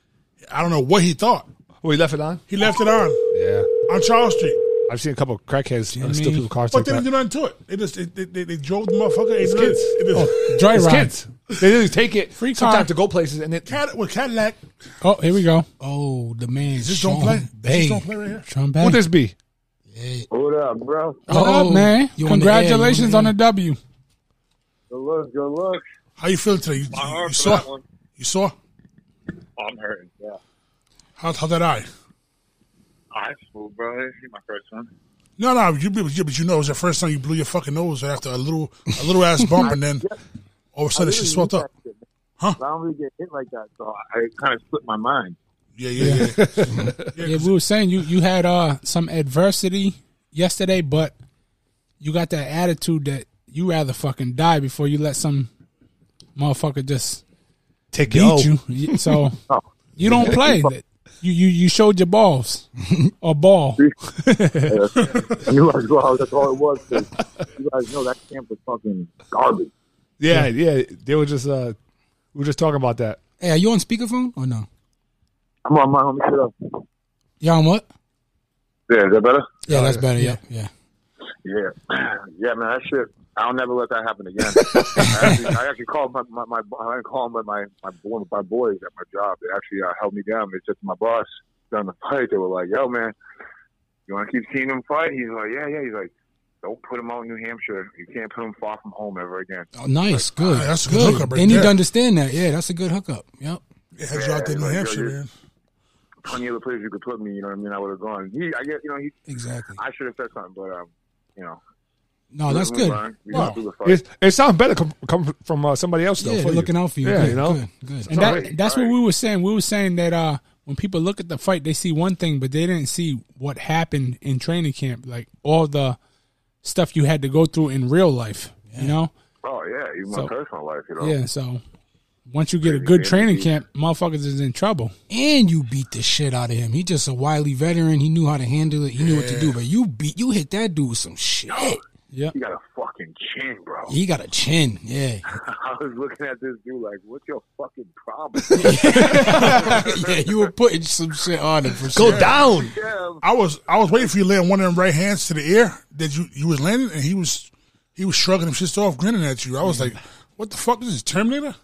I don't know what he thought. Oh, he left it on. He left it on Yeah, on Charles Street. I've seen a couple of crackheads uh, steal Jimmy. people's cars. But Like they didn't do that. nothing to it. They just they, they, they, they drove the motherfucker. It's kids. Oh. It Dry It's ride. kids. They just take it. Free sometimes car. to go places and it. is with Cadillac. Oh, here we go. Oh, the man. Is this Sean don't play? Is Bay. This don't play right here. Sean Bay. What this be? What up, bro? What up, man? you on the air, you Congratulations on the W. Good look, good look. How you feeling today? You, My you- heart for you saw? that one. You saw? I'm hurting. Yeah. How how that eye? I fool, bro. This is my first one. No, no, you yeah, but you know it was the first time you blew your fucking nose after a little a little ass (laughs) bump and then all of a sudden she swelled up. Huh? I don't really get hit like that, so I kind of split my mind. Yeah, yeah, yeah. Yeah, we were saying you you had uh some adversity yesterday, but you got that attitude that you rather fucking die before you let some motherfucker just Take beat your O. you. Y- So Oh, you don't play. (laughs) You you you showed your balls or ball. I knew I was wrong. That's all it was. 'cause You guys know that camp was fucking garbage. Yeah, yeah. They were just uh we were just talking about that. Hey, are you on speakerphone or no? I'm on my homie. Shut up. Y'all on what? Oh, Yeah, is that better? Yeah, that's better. Yeah, yeah. Yeah, yeah, man, that shit. I'll never let that happen again. I, actually, I actually called my my, my I didn't call my my my, one of my boys at my job. They actually uh, held me down. They said to my boss during the fight, they were like, "Yo, man, you want to keep seeing him fight?" He's like, "Yeah, yeah." He's like, "Don't put him out in New Hampshire. You can't put him far from home ever again." Oh, nice, good. ah, that's a good. good hookup right they need there. to understand that. Yeah, that's a good hookup. Yep. heads you out there, New Hampshire, man. Plenty other places you could put me. You know what I mean? I would have gone. He, I guess, you know, he exactly. I should have said something, but um, you know. No, Oh, that's We good. learned. We Wow. got through the fight. It, it sounds better come, come from uh, somebody else though. Yeah, for they're looking out for you. Yeah, Good, you know. good, good. And that, that's what we were saying. We were saying that uh, when people look at the fight, they see one thing, but they didn't see what happened in training camp, like all the stuff you had to go through in real life. You know. Oh yeah, even So- my personal life, Oh. you know. Yeah. So once you get a good Yeah, training indeed. camp, motherfuckers is in trouble. And you beat the shit out of him. He just a wily veteran. He knew how to handle it. He knew what to do. But you beat, you hit that dude with some (gasps) shit. Yeah. He got a fucking chin, bro. He got a chin. Yeah. (laughs) (laughs) I was looking at this dude like, "What's your fucking problem?" yeah, you were putting some shit on him for sure. I was I was waiting for you to land one of them right hands to the air that you you was landing, and he was he was shrugging him shit off, grinning at you. I was like, "What the fuck is this Terminator?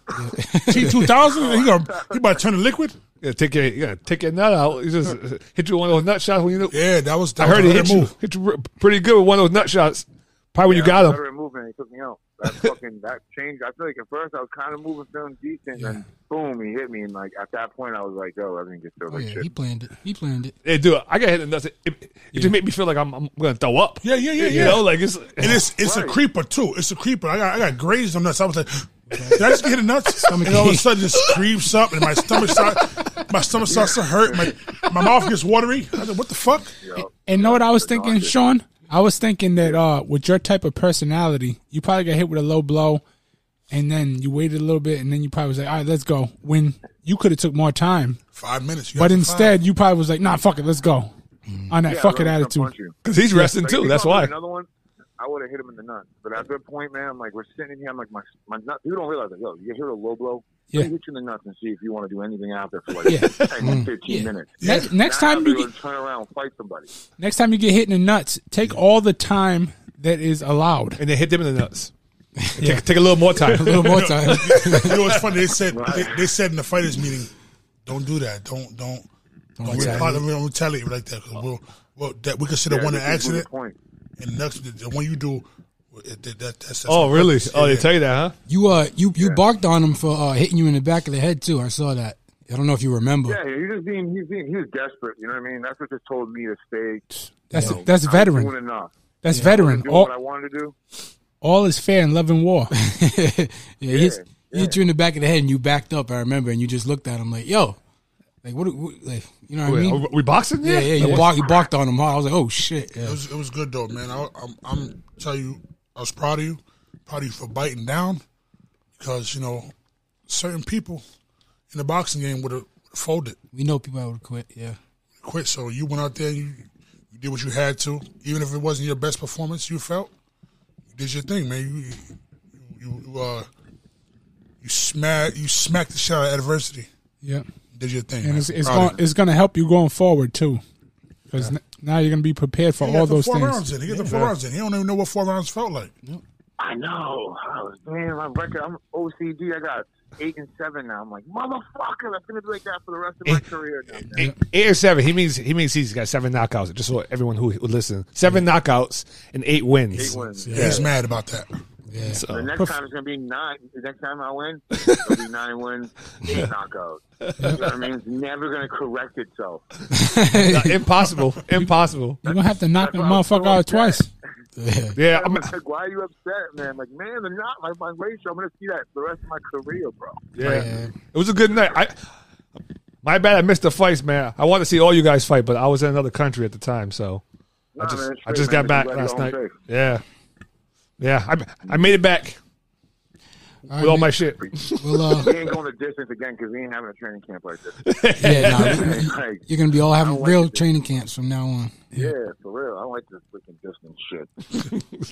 T two thousand? He gonna he about to turn to liquid?" Yeah, take your yeah, take your nut out. You just uh, hit you with one of those nut shots when you know. Yeah, that was. I was heard a he hit good you, move. hit you re- pretty good with one of those nut shots. Probably when you Yeah, got I was him. better at moving. He took me out. That fucking that changed. I feel like at first I was kind of moving, feeling decent, and boom, he hit me. And like at that point, I was like, "Yo, I didn't get feel like shit." He planned it. He planned it. Yeah, dude, I got hit in the nuts. It, it, it just made me feel like I'm, I'm gonna throw up. Yeah, yeah, yeah, You yeah. know, like it's (laughs) And it's it's a creeper too. It's a creeper. I got I got grazed on nuts. I was like, did I just get hit a nuts? and all of a sudden, just creeps up, and my stomach start, my stomach starts to hurt. My my mouth gets watery. I said, what the fuck? And know what I was thinking, Sean? I was thinking that uh, with your type of personality, you probably got hit with a low blow, and then you waited a little bit, and then you probably was like, "All right, let's go." When you could have took more time, Five minutes. you got but the instead you probably was like, "Nah, fuck it, let's go," on that Mm. Yeah, fucking I was gonna attitude. punch you. Yeah. wrestling Like, too, if he that's called me why. Another one, I would have hit him in the nuts. But at that point, man, I'm like, we're sitting in here. I'm like, my my nuts. You don't realize that, yo, you hit a low blow. Yeah. Yeah. hit you in the nuts and see if you want to do anything after for like 10, 15 minutes. Next- Yeah. next Now time I'll you be able to turn around and fight somebody. Next time you get hit in the nuts, take all the time that is allowed, and then hit them in the nuts. Take, take a little (laughs) more time. a little (laughs) more time. you know what's funny? They said they, they said in the fighters meeting, "Don't do that. Don't don't don't, reply, retaliate. don't retaliate like that. we we'll, well, that we consider Yeah, one an this is a good accident, point. and next the, the one you do, it, that, that, that's Oh, really? Oh, they tell you that, huh? You uh, you you barked on him for uh, hitting you in the back of the head too. I saw that. I don't know if you remember. Yeah, he was being he's being he was desperate. You know what I mean? That's what just told me to stay. That's you know, that's I'm veteran. Doing enough. That's veteran. I'm doing All- what I wanted to do. All is fair in love and war. yeah, he hits- he hit you in the back of the head and you backed up. I remember, and you just looked at him like, "Yo, like what? what like you know what Wait, I mean? are we boxing Yeah, here? yeah. Like, You, what- bark, you barked on him hard. I was like, "Oh shit!" Yeah. It was it was good though, man. I, I'm I'm tell you, I was proud of you, proud of you for biting down, because you know, certain people in the boxing game would have folded, We know people that would quit. Yeah, quit. So you went out there, you, you did what you had to, even if it wasn't your best performance you felt. You did your thing, man. You you you, uh, you smack you smacked the shit out of adversity. yeah. Did your thing, And man. it's it's Proud of going it's going to help you going forward too, because now you're going to be prepared for you. He got all the those four things. rounds in. He got the four rounds in. He don't even know what four rounds felt like. I know. I was, man, my record. I'm OCD. I got eight and seven now. I'm like, motherfucker. That's gonna be like that for the rest of my career now. man. Eight, eight or seven. He means he means he's got seven knockouts. Just so everyone who would listen, seven knockouts and eight wins. Eight wins. Yeah. He's mad about that. Yeah. So- The next Prof- time it's gonna be nine. The next time I (laughs) win, it'll be nine wins, eight knockouts. You know what I mean? It's never gonna correct (laughs) itself. Nah, (laughs) impossible. Impossible. You're gonna have to knock the motherfucker out twice. Yeah, I'm like, why are you upset, man? Like, man, they're not my my ratio. I'm gonna see that for the rest of my career, bro. Yeah. It was a good night. I my bad I missed the fights, man. I wanted to see all you guys fight, but I was in another country at the time, so I Nah, just man, it's I great, just man. got back Everybody last home night. safe. Yeah. Yeah. I I made it back. with all my shit. Well, uh, we ain't going the distance again because we ain't having a training camp like this. (laughs) Yeah, nah, you- Like, you're gonna be all I having don't like real this. training camps from now on. Yeah, for real. I don't like this freaking distance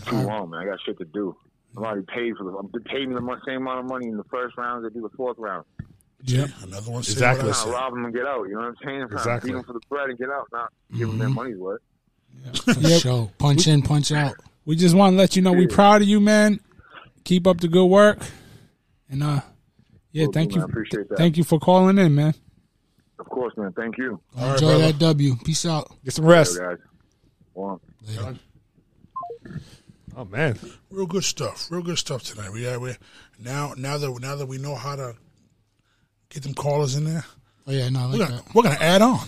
shit. Too long, man. I got shit to do. I'm already paid for the. I'm paid the mo- same amount of money in the first round as I do the fourth round. Yeah, another one. Shit, Exactly. I'm trying to rob them and get out. You know what I'm saying? I'm trying Exactly. to beat them for the bread and get out. Not give them their Mhm. money's worth. For sure. Punch in, punch out. We just want to let you know we proud of you, man. Keep up the good work, and uh, yeah, Will do, thank you. man. I appreciate that. Thank you for calling in, man. Of course, man. Thank you. Enjoy that W. Peace out. Get some rest. Guys. One. Oh man, real good stuff. Real good stuff tonight. We are we now now that now that we know how to get them callers in there. Oh yeah, no, I we're like gonna, we're gonna add on.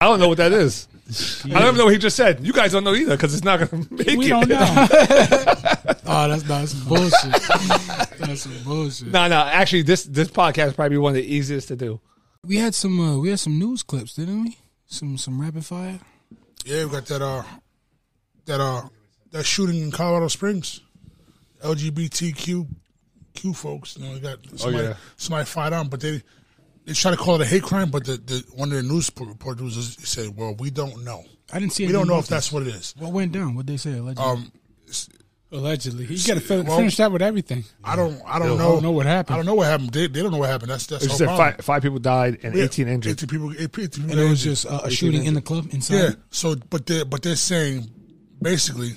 I don't know what that is. I don't even know what he just said. You guys don't know either because it's not going to (laughs) make We it. don't know. (laughs) Oh, that's that's some bullshit. (laughs) that's some bullshit. No, no. Actually, this this podcast is probably one of the easiest to do. We had some uh, we had some news clips, didn't we? Some some rapid fire. Yeah, we got that uh that uh that shooting in Colorado Springs. LGBTQ Q folks. You know, we got somebody yeah. somebody fired on, but they they try to call it a hate crime, but the, the one of the news reporters is- said, Well, we don't know. I didn't see. We don't anything know about if that's this. what it is. What went down? What they say? Allegedly. Um Allegedly, you got to Well- finish that with everything. I don't I Yo, don't I know. don't know what happened. I don't know what happened. They, they don't know what happened. That's that's It just our said problem. five, five people died and Yeah, 18 injured. 18 people, 18 people and it injured. was just uh, a shooting in the club inside. Yeah. So, but they but they're saying basically,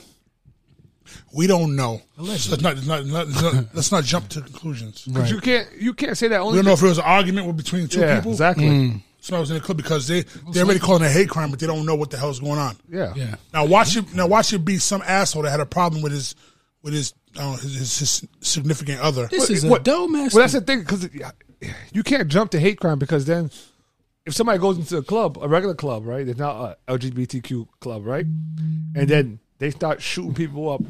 we don't know. So let's not, let's not, let's not, let's not jump to conclusions. 'Cause You can't you can't say that We only don't know if it was an argument between the two Yeah, people. exactly. Mm. So I was in the club because they they're already calling it a hate crime, but they don't know what the hell's going on. yeah. Yeah. Now watch it. Now watch it be some asshole that had a problem with his with his uh, his, his, his significant other. This is a what- dough master. Well, that's the thing because you can't jump to hate crime because then if somebody goes into a club, a regular club, right? There's not a LGBTQ club, right? And then they start shooting people up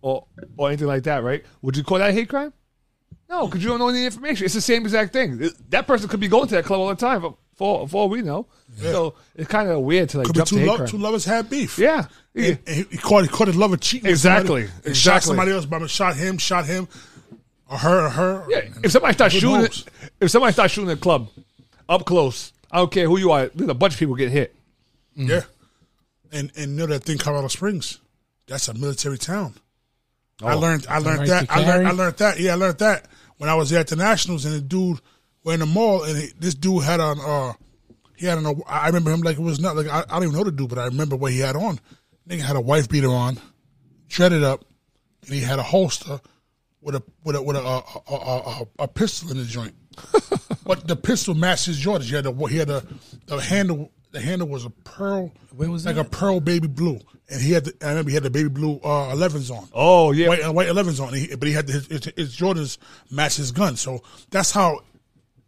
or or anything like that, right? Would you call that a hate crime? No, because you don't know any information. It's the same exact thing. That person could be going to that club all the time for for, for all we know. So it's kind of weird to like Could be jump to two, hate lo- crime. two lovers had beef. yeah. Yeah. And, and he, he caught he caught his lover cheating. with Exactly. somebody, and Shot Exactly. somebody else. But shot him. Shot him. Or her. Or her. Yeah, if somebody starts Good shooting, moves. if somebody starts shooting a club up close, I don't care who you are. There's a bunch of people getting hit. Yeah. And and know that thing Colorado Springs. That's a military town. I Oh. learned I learned right that to I learned I carry? learned that. Yeah, I learned that when I was there at the Nationals and the dude were in the mall and he- this dude had on uh he had on a, I remember him like it was not like I, I don't even know the dude, but I remember what he had on. Nigga had a wife beater on, shredded up, and he had a holster with a with a with a a, a, a, a- a pistol in the (laughs) joint. but the pistol matched his Jordans. He had a, he had a the handle the handle was a pearl Where was like that? a pearl baby blue, and he had the, I remember he had the baby blue uh, 11s on Oh yeah, white, uh, white 11s on. He, but he had his, his, his Jordans match his gun. So that's how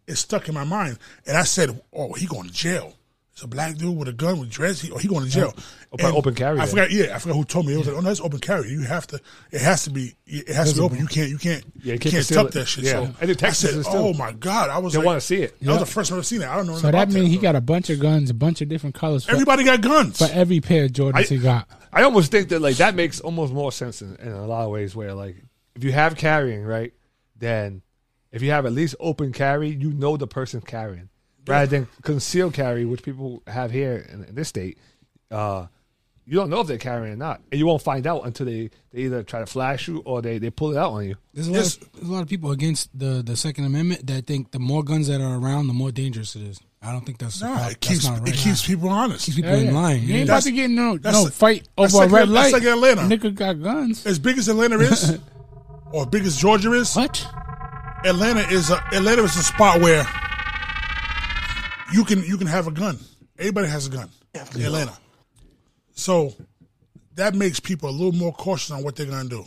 it stuck in my mind. And I said, oh, he going to jail. It's a black dude with a gun with dreads. He, oh, he going to jail. Open- And open carry, I yeah. forgot. Yeah, I forgot who told me. It was like, oh, no, it's open carry. You have to. It has to be. It has to be open. You can't. You can't. Yeah, you you can't can't, conceal tuck it. that shit. Yeah. So And in Texas, I it's said, still- oh my god, I was. They like, wanna see it. That was the first time I've seen it. I don't know. So that means he got a bunch of guns, a bunch of different colors for, Everybody got guns. for every pair of Jordans I- he got. I almost think that like that makes almost more sense in, in a lot of ways. Where like if you have carrying, right, then if you have at least open carry, you know the person carrying, rather than concealed carry, which people have here in, in this state. Uh, you don't know if they're carrying or not, and you won't find out until they, they either try to flash you or they, they pull it out (laughs) on you. There's a, lot of, there's a lot of people against the, the Second Amendment that think the more guns that are around, the more dangerous it is. I don't think that's Nah, uh, it that's keeps not right. it keeps people honest. Keeps people in line. You yeah. ain't about That's- to get in no, that's no like- fight that's over a like- red that's light. like Atlanta. Nigga got guns. as big as Atlanta (laughs) is, or big as Georgia is, What? Atlanta is a Atlanta is a spot where you can you can have a gun. Everybody has a gun. in Atlanta. So that makes people a little more cautious on what they're gonna do.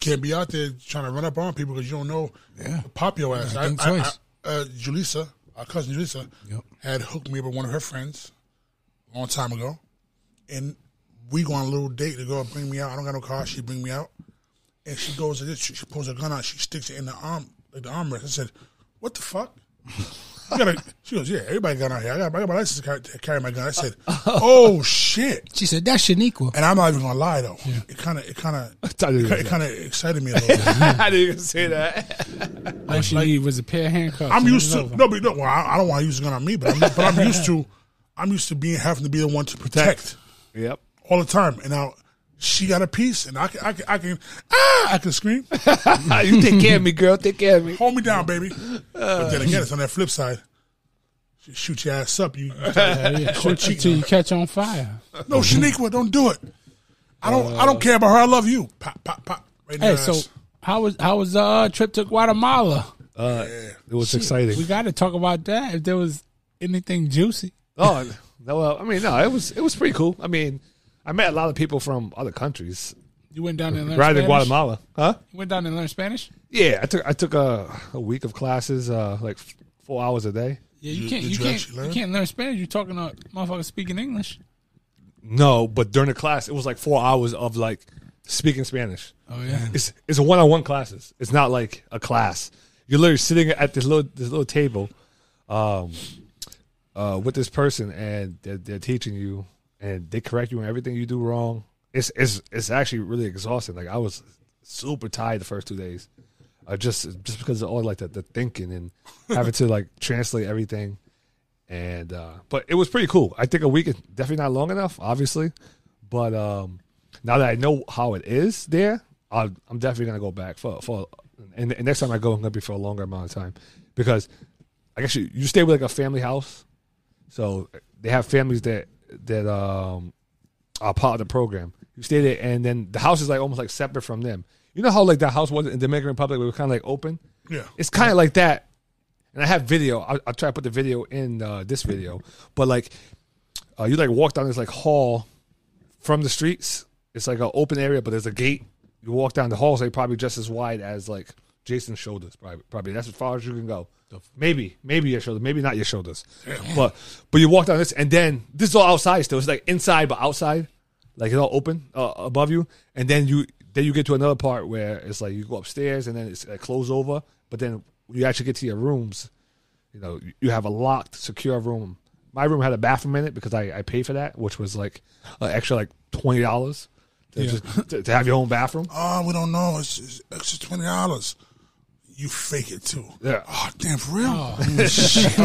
Can't be out there trying to run up on people because you don't know. Yeah. Pop your ass. Yeah, I, think I- I- twice. uh, Julissa, our cousin Julissa, Yep. had hooked me up with one of her friends a long time ago, and we go on a little date to go and bring me out. I don't got no car. She bring me out, and she goes, and she, she pulls her gun out. She sticks it in the arm, like the armrest. I said, "What the fuck?" You gotta, she goes, yeah, everybody got out here. I got, I got my license to carry, to carry my gun. I (laughs) said, oh shit. She said that's Shaniqua. And I'm not even gonna lie though. It kind of, it kind of, it kind of excited (laughs) me a little bit. I didn't even say that. All she needed was a pair of handcuffs. I'm and it used to was over. no, but no, well, I, I don't want to use a gun on me, but I'm, but I'm used to, I'm used to being having to be the one to protect. (laughs) Yep. All the time, and now she got a piece, and I can, I can, I can, ah, I can scream. you take care of me, girl. Take care of me. Hold me down, baby. but then again, it's on that flip side. She Shoot your ass up, you. you start- Yeah, yeah. start Shoot you cheating till on you her. catch on fire. No, Shaniqua, don't do it. I don't. I don't care about her. I love you. Pop, pop, pop. Right in Hey, her so ass. how was how was the uh, trip to Guatemala? Uh, It was Shit, exciting. We got to talk about that. If there was anything juicy, Oh no, well, I mean, no, it was it was pretty cool. I mean, I met a lot of people from other countries. you went down there and learned Rather than Spanish? Guatemala, huh? You went down and learned Spanish. Yeah, I took I took a, a week of classes, uh, like f- four hours a day. Yeah, you can't. You, can't. You can't learn Spanish. You're talking to motherfuckers speaking English. No, but during the class, it was like four hours of like speaking Spanish. Oh, yeah. it's it's a one on one classes. It's not like a class. You're literally sitting at this little this little table, um, uh, with this person, and they're, they're teaching you, and they correct you on everything you do wrong. It's it's it's actually really exhausting. Like I was super tired the first two days, uh, just just because of all like the, the thinking and having to like translate everything and uh but it was pretty cool i think a week is definitely not long enough obviously but um now that i know how it is there I'll, i'm definitely gonna go back for for and, and next time i go i'm gonna be for a longer amount of time because i guess you, you stay with like a family house so they have families that that um are part of the program you stay there and then the house is like almost like separate from them you know how like that house was in dominican republic where it was kind of like open Yeah. it's kind of like that and I have video. I'll, I'll try to put the video in uh, this video. But like, uh, you like walk down this like hall from the streets. It's like an open area, but there's a gate. You walk down the halls. They probably just as wide as like Jason's shoulders. Probably, probably that's as far as you can go. Maybe, maybe your shoulder, maybe not your shoulders. (laughs) But but you walk down this, and then this is all outside still. It's like inside, but outside, like it's all open uh, above you. And then you then you get to another part where it's like you go upstairs, and then it's like closed over. But then when you actually get to your rooms, you know you- you have a locked secure room my room had a bathroom in it because i, I paid for that which was like an extra like $20 to, Yeah. just, to, to have your own bathroom Oh, we don't know. It's, it's extra twenty dollars. You fake it too. yeah Oh, damn, for real? oh,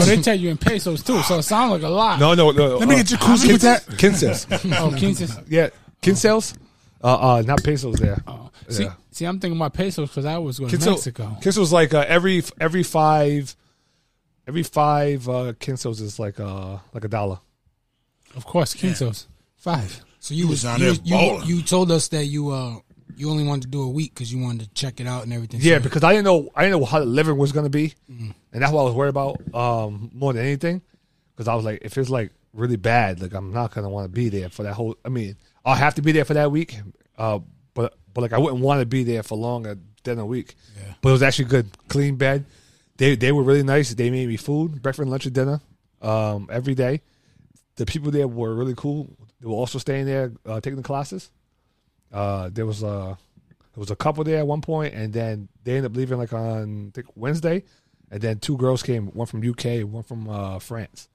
they tell you in pesos too, so it sounds like a lot. no no no uh, Let me get jacuzzi with that. kinsales Oh, quinces. (laughs) yeah kinsales uh, uh not pesos there Oh, See, yeah. see, I'm thinking about pesos because I was going to Mexico. Kinsel, Kinsel's like uh, every every five every five uh kinsels is like uh like a dollar Of course, quintos. Five. So you You was was out you, there you, balling. you told us that you uh you only wanted to do a week because you wanted to check it out and everything. Yeah, So- Mm-hmm. because I didn't know I didn't know how the living was gonna be, and that's what I was worried about um, more than anything. Because I was like, if it's like really bad, like I'm not gonna want to be there for that whole. I mean, I'll have to be there for that week, uh, but but like I wouldn't want to be there for longer than a week. But it was actually good, clean bed. They they were really nice. They made me food, breakfast, lunch, and dinner um, every day. The people there were really cool. They were also staying there, uh, taking the classes. Uh, there was a there was a couple there at one point, and then they ended up leaving like on I think Wednesday, and then two girls came, one from UK, one from uh, France,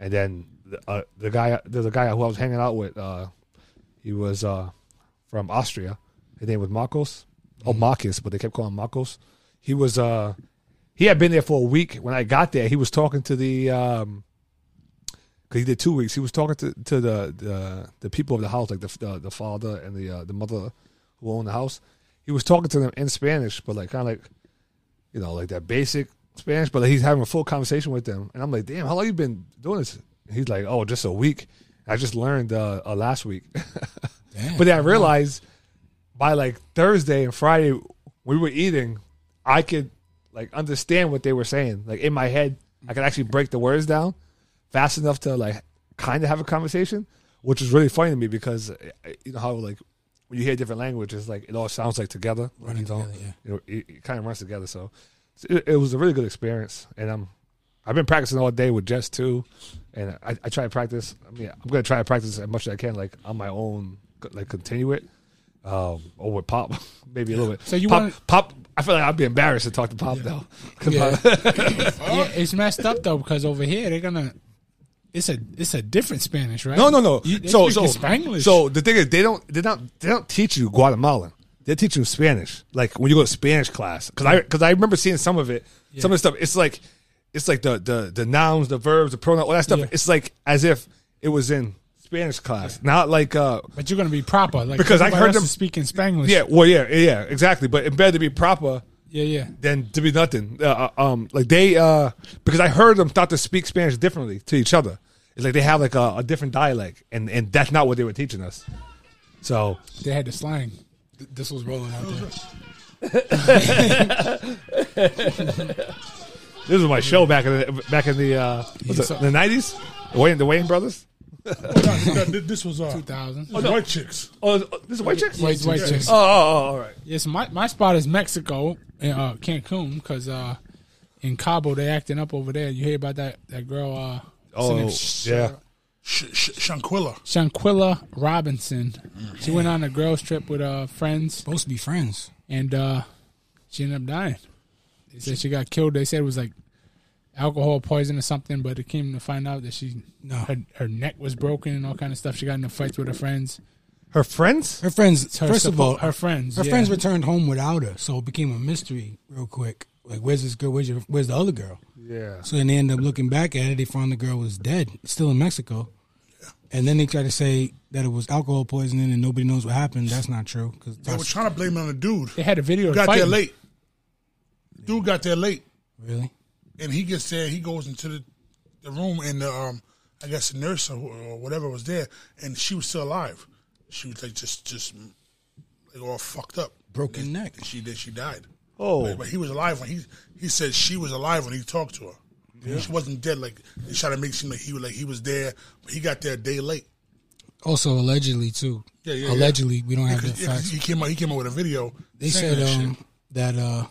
and then the, uh, the guy there's a guy who I was hanging out with, uh, he was uh, from Austria. His name was Marcos, oh Marcus, but they kept calling him Marcos. He was uh, he had been there for a week. When I got there, he was talking to the um, because he did two weeks. He was talking to, to the, the the people of the house, like the the, the father and the uh, the mother who owned the house. He was talking to them in Spanish, but like kind of like you know like that basic Spanish. But like, he's having a full conversation with them, and I'm like, damn, how long you been doing this? And he's like, oh, just a week. I just learned uh, uh last week, (laughs) but then I realized by like Thursday and Friday we were eating, I could like understand what they were saying. Like in my head, I could actually break the words down fast enough to like kind of have a conversation, which is really funny to me because uh, you know how like when you hear different languages, like it all sounds like together. Like, you don't, you know, it, it kind of runs together. So it, it was a really good experience, and I'm I've been practicing all day with Jess too, and I, I try to practice. I mean, I'm gonna try to practice as much as I can, like on my own, like continue it. Um, or with Pop, (laughs) maybe a little bit. So you Pop, want- Pop? I feel like I'd be embarrassed to talk to Pop though. (laughs) 'Cause Yeah. Pop- yeah, it's messed up though because over here they're gonna. It's a it's a different Spanish, right? No, no, no. You, they so, so, speak Spanglish. so the thing is, they don't, they don't, they don't teach you Guatemalan. They teach you Spanish, like when you go to Spanish class. Because I, because I remember seeing some of it, some of the stuff. It's like, it's like the the the nouns, the verbs, the pronoun, all that stuff. It's like as if it was in Spanish class, not like. uh But you're gonna be proper, like because I everybody heard else them is speaking Spanglish. Yeah, well, yeah, yeah, yeah, exactly. But it better to be proper yeah, yeah. than to be nothing. Uh, uh, um, like they uh, because I heard them start to speak Spanish differently to each other. It's like they have like a, a different dialect, and and that's not what they were teaching us. So They had the slang. Th- This was rolling out there. this was my show back in the back in the uh, was it the nineties. The Wayne, the Wayne brothers. this was uh, 2000. Oh, no. White chicks. Oh, this is white chicks. White, white Yeah. chicks. Oh, oh, oh, all right. Yes, my, my spot is Mexico, in, uh, Cancun, because uh, in Cabo they acting up over there. You hear about that that girl? Uh, what's her Oh, name? yeah. Sh- Shanquilla. Shanquilla Robinson. She went on a girls trip with uh friends. Supposed to be friends. And uh she ended up dying. They said she got killed. They said it was like alcohol poison or something, but it came to find out that she no. her, her neck was broken and all kind of stuff. She got into fights with her friends. Her friends? Her friends. first of suppo- all, her friends. Her yeah. friends returned home without her, so it became a mystery real quick. Like, where's this girl? Where's your? Where's the other girl? Yeah. So then they end up looking back at it. They found the girl was dead, still in Mexico. And then they try to say that it was alcohol poisoning and nobody knows what happened. That's not true. Cause They were trying to blame it on the dude. They had a video. of Got there fighting. late. Dude got there late, really? and he gets there. He goes into the, the room, and the um, I guess the nurse or, wh- or whatever was there, and she was still alive. She was like just just like all fucked up, broken neck. she then she died. Oh. but, but he was alive when he he said she was alive when he talked to her. Yeah. She wasn't dead. Like they tried to make it seem like he was like he was there, but he got there a day late. Also, allegedly too. Yeah, yeah. allegedly, yeah. we don't Yeah, have the 'cause- yeah, 'cause facts. He came out. He came out with a video. They saying said that shit. um, that uh,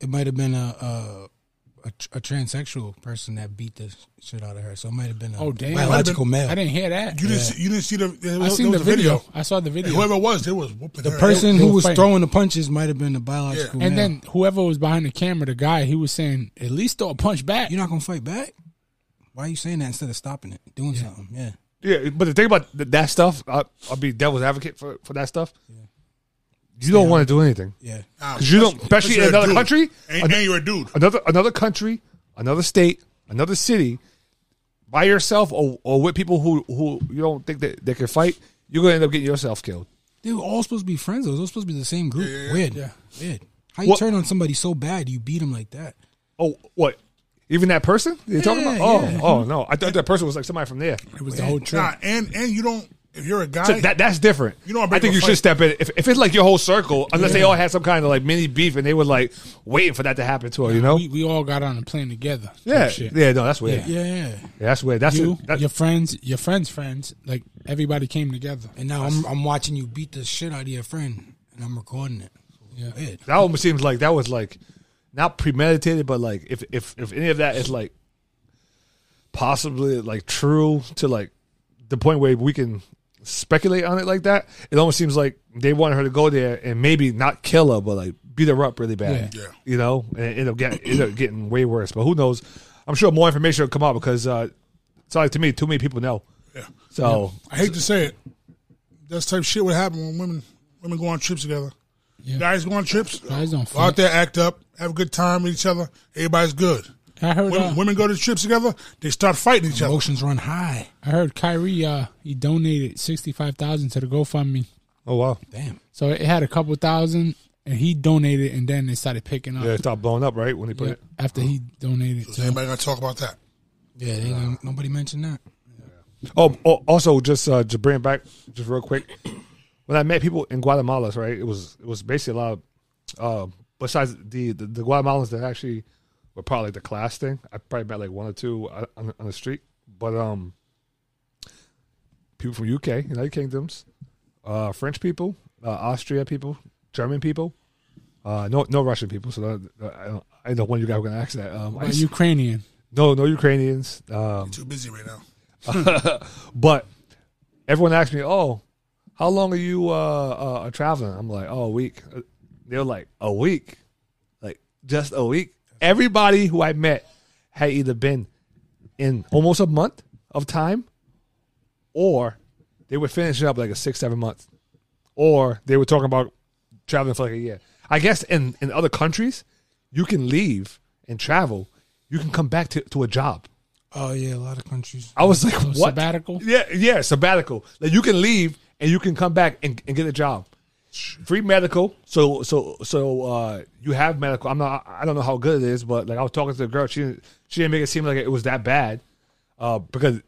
it might have been a, a a tr- a transsexual person that beat the shit out of her. So it might have been a Oh damn! biological male. I didn't hear that. You didn't. See, you didn't see the. There was, seen there the was a video. video. I saw the video. And whoever it was, they was whooping The her person ass. who was throwing the punches might have been a biological And male. then whoever was behind the camera, the guy, he was saying, "At least throw a punch back." You're not gonna fight back. Why are you saying that instead of stopping it, doing something? Yeah. Yeah, but the thing about th- that stuff, I, I'll be devil's advocate for, for that stuff. You don't Yeah. want to do anything. Yeah. Ah, because you don't, especially- especially in especially another a country. dude. And- and you're a dude. Another another country, another state, another city, by yourself or, or with people who who you don't think that they can fight. You're gonna end up getting yourself killed. They were all supposed to be friends. though. They were supposed to be the same group. Weird. Yeah. Weird. How you What- turn on somebody so bad? You beat him like that. Oh, what? Even that person you're talking Yeah, about? Oh, yeah. oh no! I thought that person was like somebody from there. It was Nah, and and you don't. If you're a guy, So that that's different. You know what, I break think a you fight. should step in. If, if it's like your whole circle, unless they Yeah. all had some kind of like mini beef and they were like waiting for that to happen to her, you know? we, we all got on a plane together. type Yeah, shit. yeah, no, that's weird. Yeah, yeah. yeah. Yeah, that's weird. That's you, it. That- your friends, your friends' friends, like everybody came together. And now I'm I'm watching you beat the shit out of your friend, and I'm recording it. Yeah. Weird. that almost seems like that was like not premeditated, but like if if if any of that is like possibly like true to like the point where we can speculate on it like that, it almost seems like they wanted her to go there and maybe not kill her, but like beat her up really bad. Yeah. Yeah. You know, and it end up getting end up getting way worse. But who knows? I'm sure more information will come out because uh, it's like to me, too many people know. Yeah. So I hate to say it. That's type of shit would happen when women women go on trips together. Guys go on trips. Guys don't go out fight. there, act up, have a good time with each other. Everybody's good. I heard, women, uh, women go to trips together. They start fighting each other. Emotions run high. I heard Kyrie, uh, he donated sixty five thousand to the GoFundMe. Oh wow. Damn. So it had a couple thousand, and he donated, and then it started picking up. Yeah, it stopped blowing up, right? When he put Yeah, it after he donated. Is anybody gonna talk about that? Yeah. They, ain't nobody mentioned that. Oh, oh, also just uh, to bring it back just real quick, (clears throat) when I met people in Guatemala, right, it was it was basically a lot of uh, besides the, the the Guatemalans that actually were probably like the class thing. I probably met like one or two uh, on, the- on the street, but um, people from UK, United Kingdoms, uh, French people, uh, Austria people, German people. Uh, no, no Russian people. So that, I, don't, I know one of you guys were going to ask that. Um, I What about just- Ukrainian. No, no Ukrainians. Um, Too busy right now. but everyone asked me, "Oh, how long are you uh, uh, traveling? I'm like, oh, a week. They're like, a week? Like, just a week? Everybody who I met had either been in almost a month of time or they were finishing up like a six, seven months. Or they were talking about traveling for like a year. I guess in, in other countries, you can leave and travel. You can come back to, to a job. Oh yeah, a lot of countries. I was like, what? Sabbatical. Yeah, yeah, sabbatical. Like you can leave and you can come back and, and get a job. Free medical. So so so uh you have medical. I'm not I don't know how good it is, but like I was talking to the girl, she didn't she didn't make it seem like it was that bad. Uh because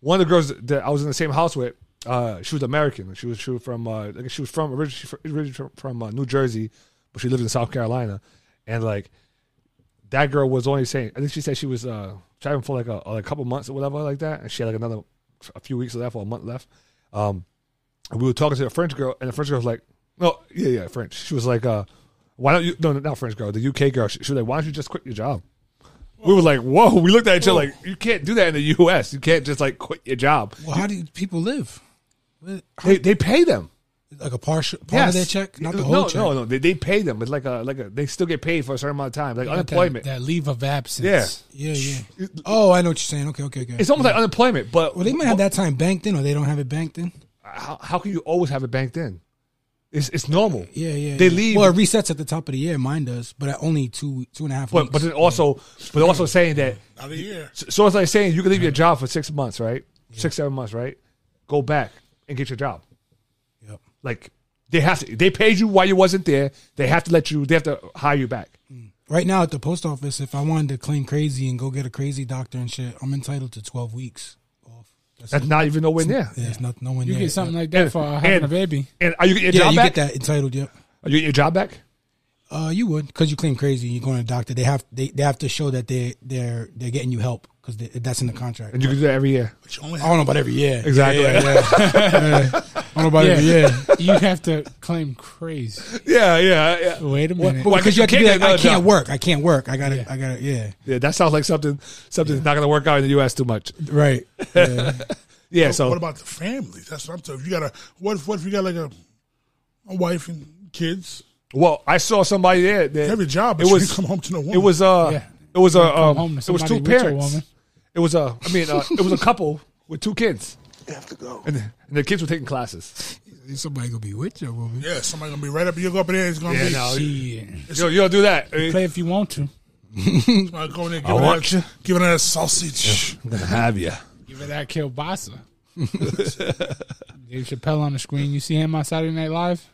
one of the girls that I was in the same house with, uh, she was American. She was she was from uh, like she was from originally originally from, from uh, New Jersey, but she lived in South Carolina, and like that girl was only saying I think she said she was uh, traveling for like a, a couple months or whatever like that, and she had like another a few weeks left or a month left. Um, and we were talking to a French girl, and the French girl was like, "No, yeah, yeah, French." She was like, uh, "Why don't you?" No, not French girl, the UK girl. She, she was like, "Why don't you just quit your job?" We were like, "Whoa!" We looked at each other like, "You can't do that in the US. You can't just like quit your job." Well, how do people live? They they pay them like a partial part of their check, not the whole no, check. No, no, They, they pay them. It's like a like a they still get paid for a certain amount of time, like Like that- unemployment. That, leave of absence. Yeah. yeah, yeah. Oh, I know what you're saying. Okay, okay, okay. It's almost like unemployment, but well, they might have that time banked in, or they don't have it banked in. How, how can you always have it banked in? It's it's normal. Yeah, yeah. They yeah. leave. Well, it resets at the top of the year. Mine does, but at only two two and a half. but weeks. but then also but also saying that So, so it's like saying you can leave your job for six months, right? Six seven months, right? Go back and get your job. Yep. Like they have to. They paid you while you wasn't there. They have to let you. They have to hire you back. Right now at the post office, if I wanted to claim crazy and go get a crazy doctor and shit, I'm entitled to 12 weeks off. That's it. not even nowhere It's- near. Yeah, it's not nowhere You near. get something Yeah. like that for uh, having a baby. And are you getting yeah, your job you back? get that entitled. Yep. Are you getting your job back? Uh, you would because you claim crazy. You're going to a doctor. They have they, they have to show that they are they're they're getting you help because that's in the contract. And you can do that every year. I don't know about every year. Exactly. Yeah, yeah, yeah. Yeah. I don't know about every year. yeah. you have to claim crazy. (laughs) Yeah, yeah, yeah. Wait a Well, minute. because you have to be like, I can't job. work. I can't work. I gotta. I gotta. Yeah. Yeah, that sounds like something something's not going to work out in the U.S. too much. Right. Yeah. What- so what about the families? That's what I'm talking. If you got a what? if- What if you got like a, a wife and kids? well, I saw somebody there. That Every job, but it was you (laughs) come home to no woman. It was uh, Yeah. it was a You come um, home to it was somebody two with your parents. woman. It was a, I mean, uh, it was a couple with two kids. They have to go, and, and the kids were taking classes. Somebody gonna be with your woman. Yeah, somebody gonna be right up. You go up there. It's gonna Yeah, be. no, Yo, you don't do that. Play if you want to. Somebody go in there, I giving want her, giving her a sausage. I'm gonna have you. Give it that kielbasa. Dave Chappelle on the screen. You see him on Saturday Night Live.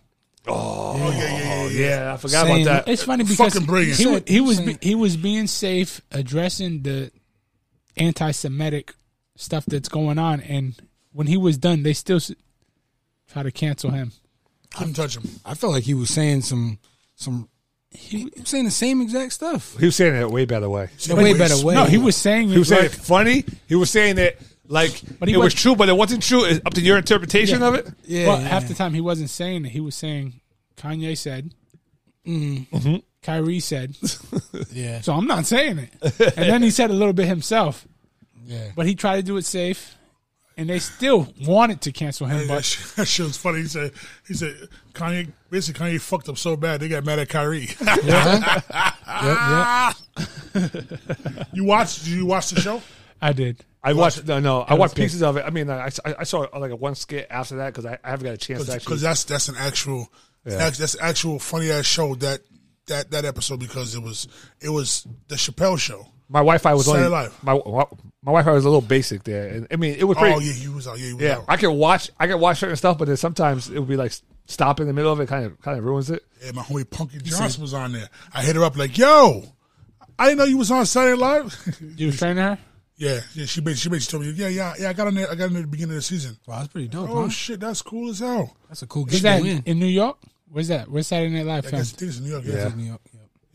Oh, yeah, yeah, yeah, I forgot Saying- about that. It's funny because Fucking brilliant. he, wa- he was be- he was being safe, addressing the anti-Semitic stuff that's going on, and when he was done, they still s- try to cancel him. Couldn't touch him. I felt like he was saying some some. He was saying the same exact stuff. He was saying it way better way. In a way better way. No, he was saying He was it saying like- it funny. He was saying that like But he it was wasn't- true, but it wasn't true. It's up to your interpretation of it. Yeah, well, yeah, half the time he wasn't saying it. He was saying Kanye said, Kyrie said. Mm-hmm. (laughs) Yeah. So I'm not saying it. And then he said a little bit himself. Yeah. But he tried to do it safe, and they still wanted to cancel him. That But shit, (laughs) that shit was funny. He said, he said, Kanye, basically Kanye fucked up so bad they got mad at Kyrie. (laughs) you watched? Did you watch the (laughs) show? I did. I watched no, no. I It was watched good. pieces of it. I mean, I, I, I saw like a one skit after that because I, I haven't got a chance to actually. Because that's that's an actual Yeah. that's, that's an actual funny ass show that that that episode because it was it was the Chappelle show. my Wi-Fi was Saturday only Live. my my Wi-Fi was a little basic there, and I mean it was pretty. Oh yeah, you was out. Yeah, you was yeah, out. I can watch I can watch certain stuff, but then sometimes it would be like stop in the middle of it, kind of kind of ruins it. Yeah, my homie Punky Johnson was on there. I hit her up like, "Yo, I didn't know you was on Saturday Live." (laughs) you was training her? Yeah, yeah. She basically, she basically told me, "Yeah, yeah, yeah." I got on there. I got on there at the beginning of the season. Wow, that's pretty dope. Oh huh? shit, that's cool as hell. That's a cool Is gig. that to win. in New York? Where's that? Where's Saturday Night Live I filmed? guess it is in New York. Yeah. Yeah. New York.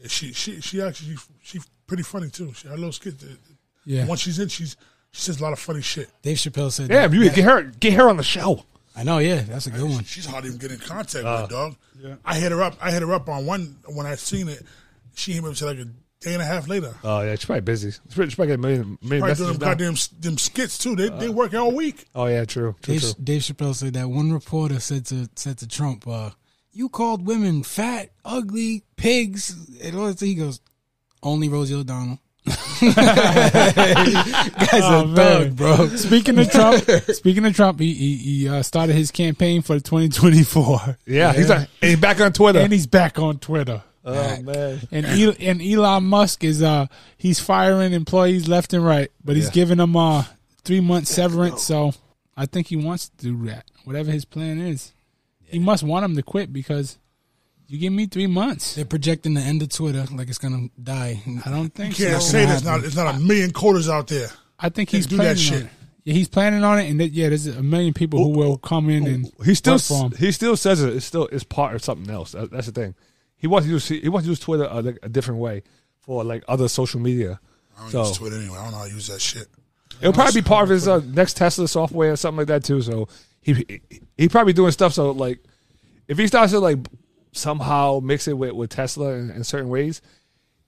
Yeah, She she she actually she's pretty funny too. She, her little skit. the- Yeah. Once she's in, she's she says a lot of funny shit. Dave Chappelle said. Yeah, that- you that- get her get her on the show. I know. Yeah, that's a good one. She's hardly even getting in Uh, contact with her dog. I hit her up. I hit her up on one when I seen it. She hit me up and said like, day and a half later. Oh yeah, she's probably busy. She's probably, she's probably getting a million, Probably million doing messages them now. goddamn s- them skits too. They they work all week. Oh yeah, true, true, Dave, true. Dave Chappelle said that one reporter said to said to Trump, uh, "You called women fat, ugly pigs." And all that. He goes, "Only Rosie O'Donnell." Guys, Oh, a man. thug, bro. Speaking of Trump, speaking of Trump, he he, he uh, started his campaign for 2024. Yeah, he's on- and he's back on Twitter. and he's back on Twitter. Oh man, And El- and Elon Musk is uh he's firing employees left and right, but he's Yeah. giving them uh three months severance. So I think he wants to do that, whatever his plan is. He must want him to quit because you give me three months. They're projecting the end of Twitter like it's gonna die. I don't You think can't say there's not there's not a million coders out there. I think he's do planning that shit. On it. Yeah, he's planning on it, and that, yeah, there's a million people who will come in and He still work for him. s- he still says it. It's still it's part of something else. That, that's the thing. He wants to use he wants to use Twitter uh, like, a different way for like other social media. I don't So use Twitter anyway. I don't know how to use that shit. it'll probably be part of his uh, next Tesla software or something like that too. So he he, he probably doing stuff. So like if he starts to like somehow mix it with, with Tesla in, in certain ways,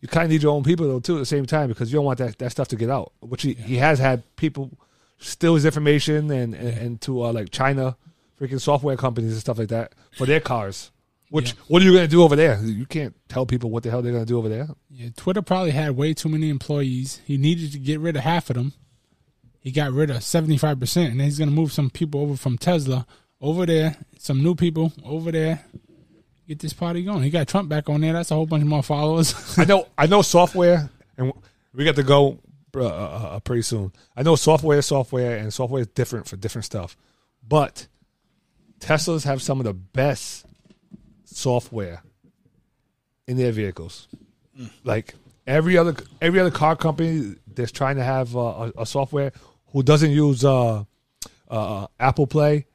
you kind of need your own people though too at the same time because you don't want that, that stuff to get out. Which he, he has had people steal his information and and, and to uh, like China freaking software companies and stuff like that for their cars. Which what are you gonna do over there? You can't tell people what the hell they're gonna do over there. Yeah, Twitter probably had way too many employees. He needed to get rid of half of them. He got rid of seventy five percent, and then he's gonna move some people over from Tesla over there, some new people over there. Get this party going. He got Trump back on there. That's a whole bunch more followers. (laughs) I know I know software, and we got to go uh, uh, uh, pretty soon. I know software is software, and software is different for different stuff. But Teslas have some of the best software in their vehicles. Like every other every other car company that's trying to have uh, a, a software who doesn't use uh, uh, Apple Play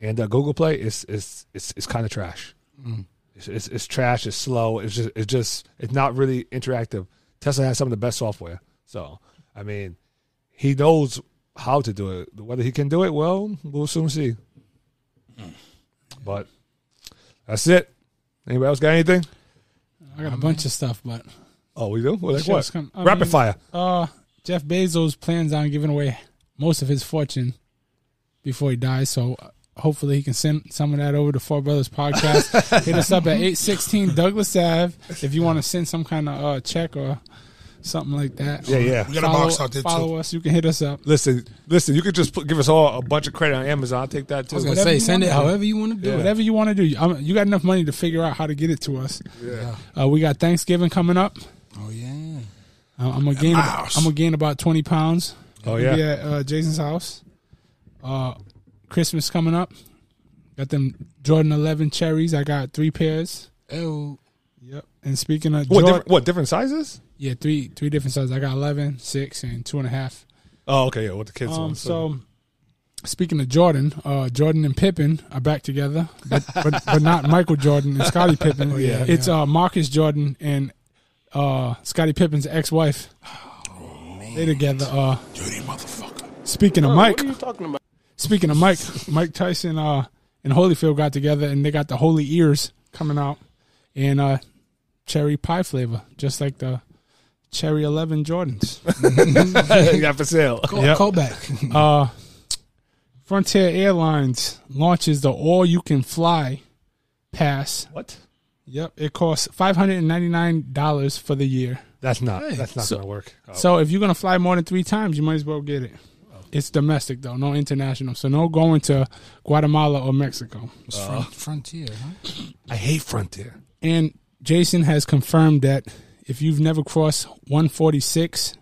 and uh, Google Play is is it's, it's kind of trash. Mm. It's, it's, it's trash. It's slow. It's just it's just it's not really interactive. Tesla has some of the best software. So I mean, he knows how to do it. Whether he can do it, well, we'll soon see. But that's it. Anybody else got anything? I got a bunch of stuff, but Oh, we do. Well, like Shit what? was com- I Rapid mean, fire. Uh, Jeff Bezos plans on giving away most of his fortune before he dies, so uh, hopefully he can send some of that over to Four Brothers Podcast. Hit us up at eight sixteen Douglas Ave if you want to send some kind of uh, check or something like that. Yeah, yeah. Or We got a follow- box out there, too. Follow us. You can hit us up. Listen, listen. You could just put, give us all a bunch of credit on Amazon. I'll take that too. Whatever you wanna do. Whatever you want to do. Um, you got enough money to figure out how to get it to us. Yeah. Uh, we got Thanksgiving coming up. Oh yeah. Uh, I'm gonna gain. my About, I'm gonna gain about twenty pounds. Oh, We'll yeah. be at uh, Jason's house. Uh, Christmas coming up. Got them Jordan Eleven cherries. I got three pairs. Oh. Yep. And speaking of What Jord- different, what different sizes? yeah, three three different sizes. I got 11, 6, and two and a half. Oh, okay. Yeah, what the kids Um, want. (laughs) so, speaking of Jordan, uh, Jordan and Pippen are back together, but but, but not Michael Jordan and Scottie Pippen. (laughs) Oh, yeah. it's Uh, Marcus Jordan and uh, Scottie Pippen's ex-wife. Oh, They together. Uh, Dirty motherfucker. Speaking of Bro, Mike, what are you talking about? Speaking of Mike, Mike Tyson uh, and Holyfield got together, and they got the Holy Ears coming out in uh, cherry pie flavor, just like the Cherry Eleven Jordans. You got for sale. Call, Yep. call back. Uh, Frontier Airlines launches the All You Can Fly pass. What? Yep, it costs five hundred and ninety nine dollars for the year. That's not- that's not gonna work. Oh. So if you're gonna fly more than three times, you might as well get it. It's domestic though, no international. So no going to Guatemala or Mexico. It's fron- frontier, huh? I hate Frontier. And Jason has confirmed that if you've never crossed 146,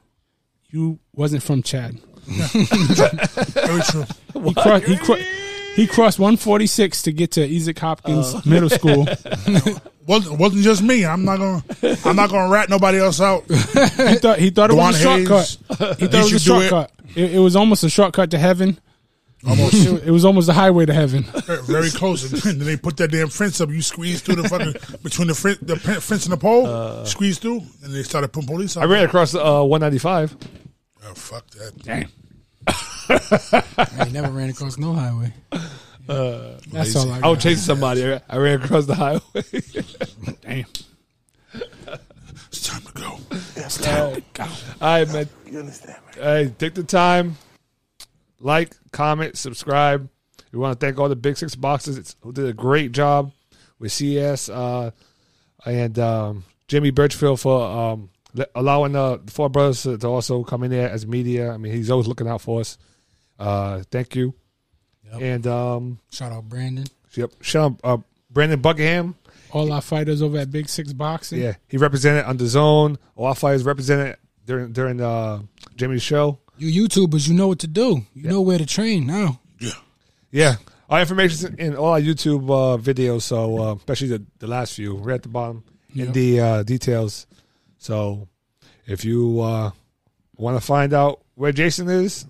you wasn't from Chad. Very true. He, crossed, he, cro- he crossed 146 to get to Isaac Hopkins Oh. Middle School. wasn't wasn't just me. I'm not gonna I'm not gonna rat nobody else out. (laughs) he thought he thought it was a shortcut. He thought it was a shortcut. It. It, was almost a shortcut to heaven. Almost. It, it was almost the highway to heaven. Very, very close. And (laughs) then they put that damn fence up. You squeeze through the fucking between the, fren- the pen- fence and the pole. squeeze through, and they started putting police. Out. Uh. I ran across uh, 195. Oh, fuck that. Damn. I ain't never ran across no highway. Uh, That's all I I got. was chasing somebody. I I (laughs) ran across the highway. Damn. It's time to go. All right, man. You understand, Hey, take the time, like, comment, subscribe. We want to thank all the Big Six boxes it's, who did a great job with CES uh, and um, Jimmy Birchfield for um, le- allowing uh, the Four Brothers to, to also come in there as media. I mean, he's always looking out for us. Uh, thank you. And um, Shout out Brandon. yep, shout out uh, Brandon Buckingham. All our fighters over at Big Six Boxing. Yeah, he represented on the zone. All our fighters represented during during uh, Jimmy's show. You YouTubers, you know what to do. You know where to train now. Yeah. Our information's in all our YouTube uh, videos, so uh, especially the, the last few, right at the bottom in Yep. the uh, details. So if you uh, want to find out where Jason is,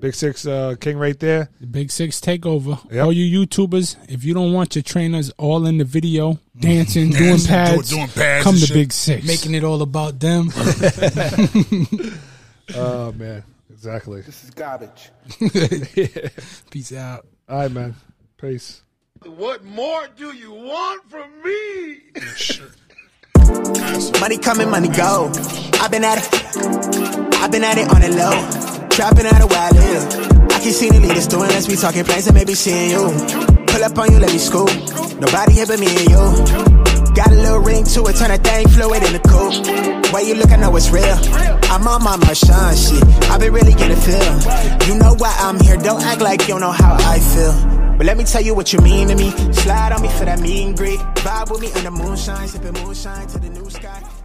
Big Six uh, King right there. The Big Six Takeover. All you YouTubers, if you don't want your trainers all in the video, (laughs) dancing, Yeah, doing, doing- pads, doing pads come and to shit. Big Six. Making it all about them. Oh, man. Exactly. This is garbage. Peace out. All right, man. Peace. What more do you want from me? Money coming, money go. I've been at it. I've been at it on the low. Trapping out a while live. I can see the leaders doing. Let's be talking plans and maybe seeing you. Pull up on you, let me scoop. Nobody here but me and you. Got a little ring to it, turn a thing fluid in the coupe. Why you look, I know it's real. I'm on my Marshawn shit. I've been really getting feel. You know why I'm here. Don't act like you don't know how I feel. But let me tell you what you mean to me. Slide on me for that mean greet. Vibe with me in the moonshine, sipping moonshine to the new sky.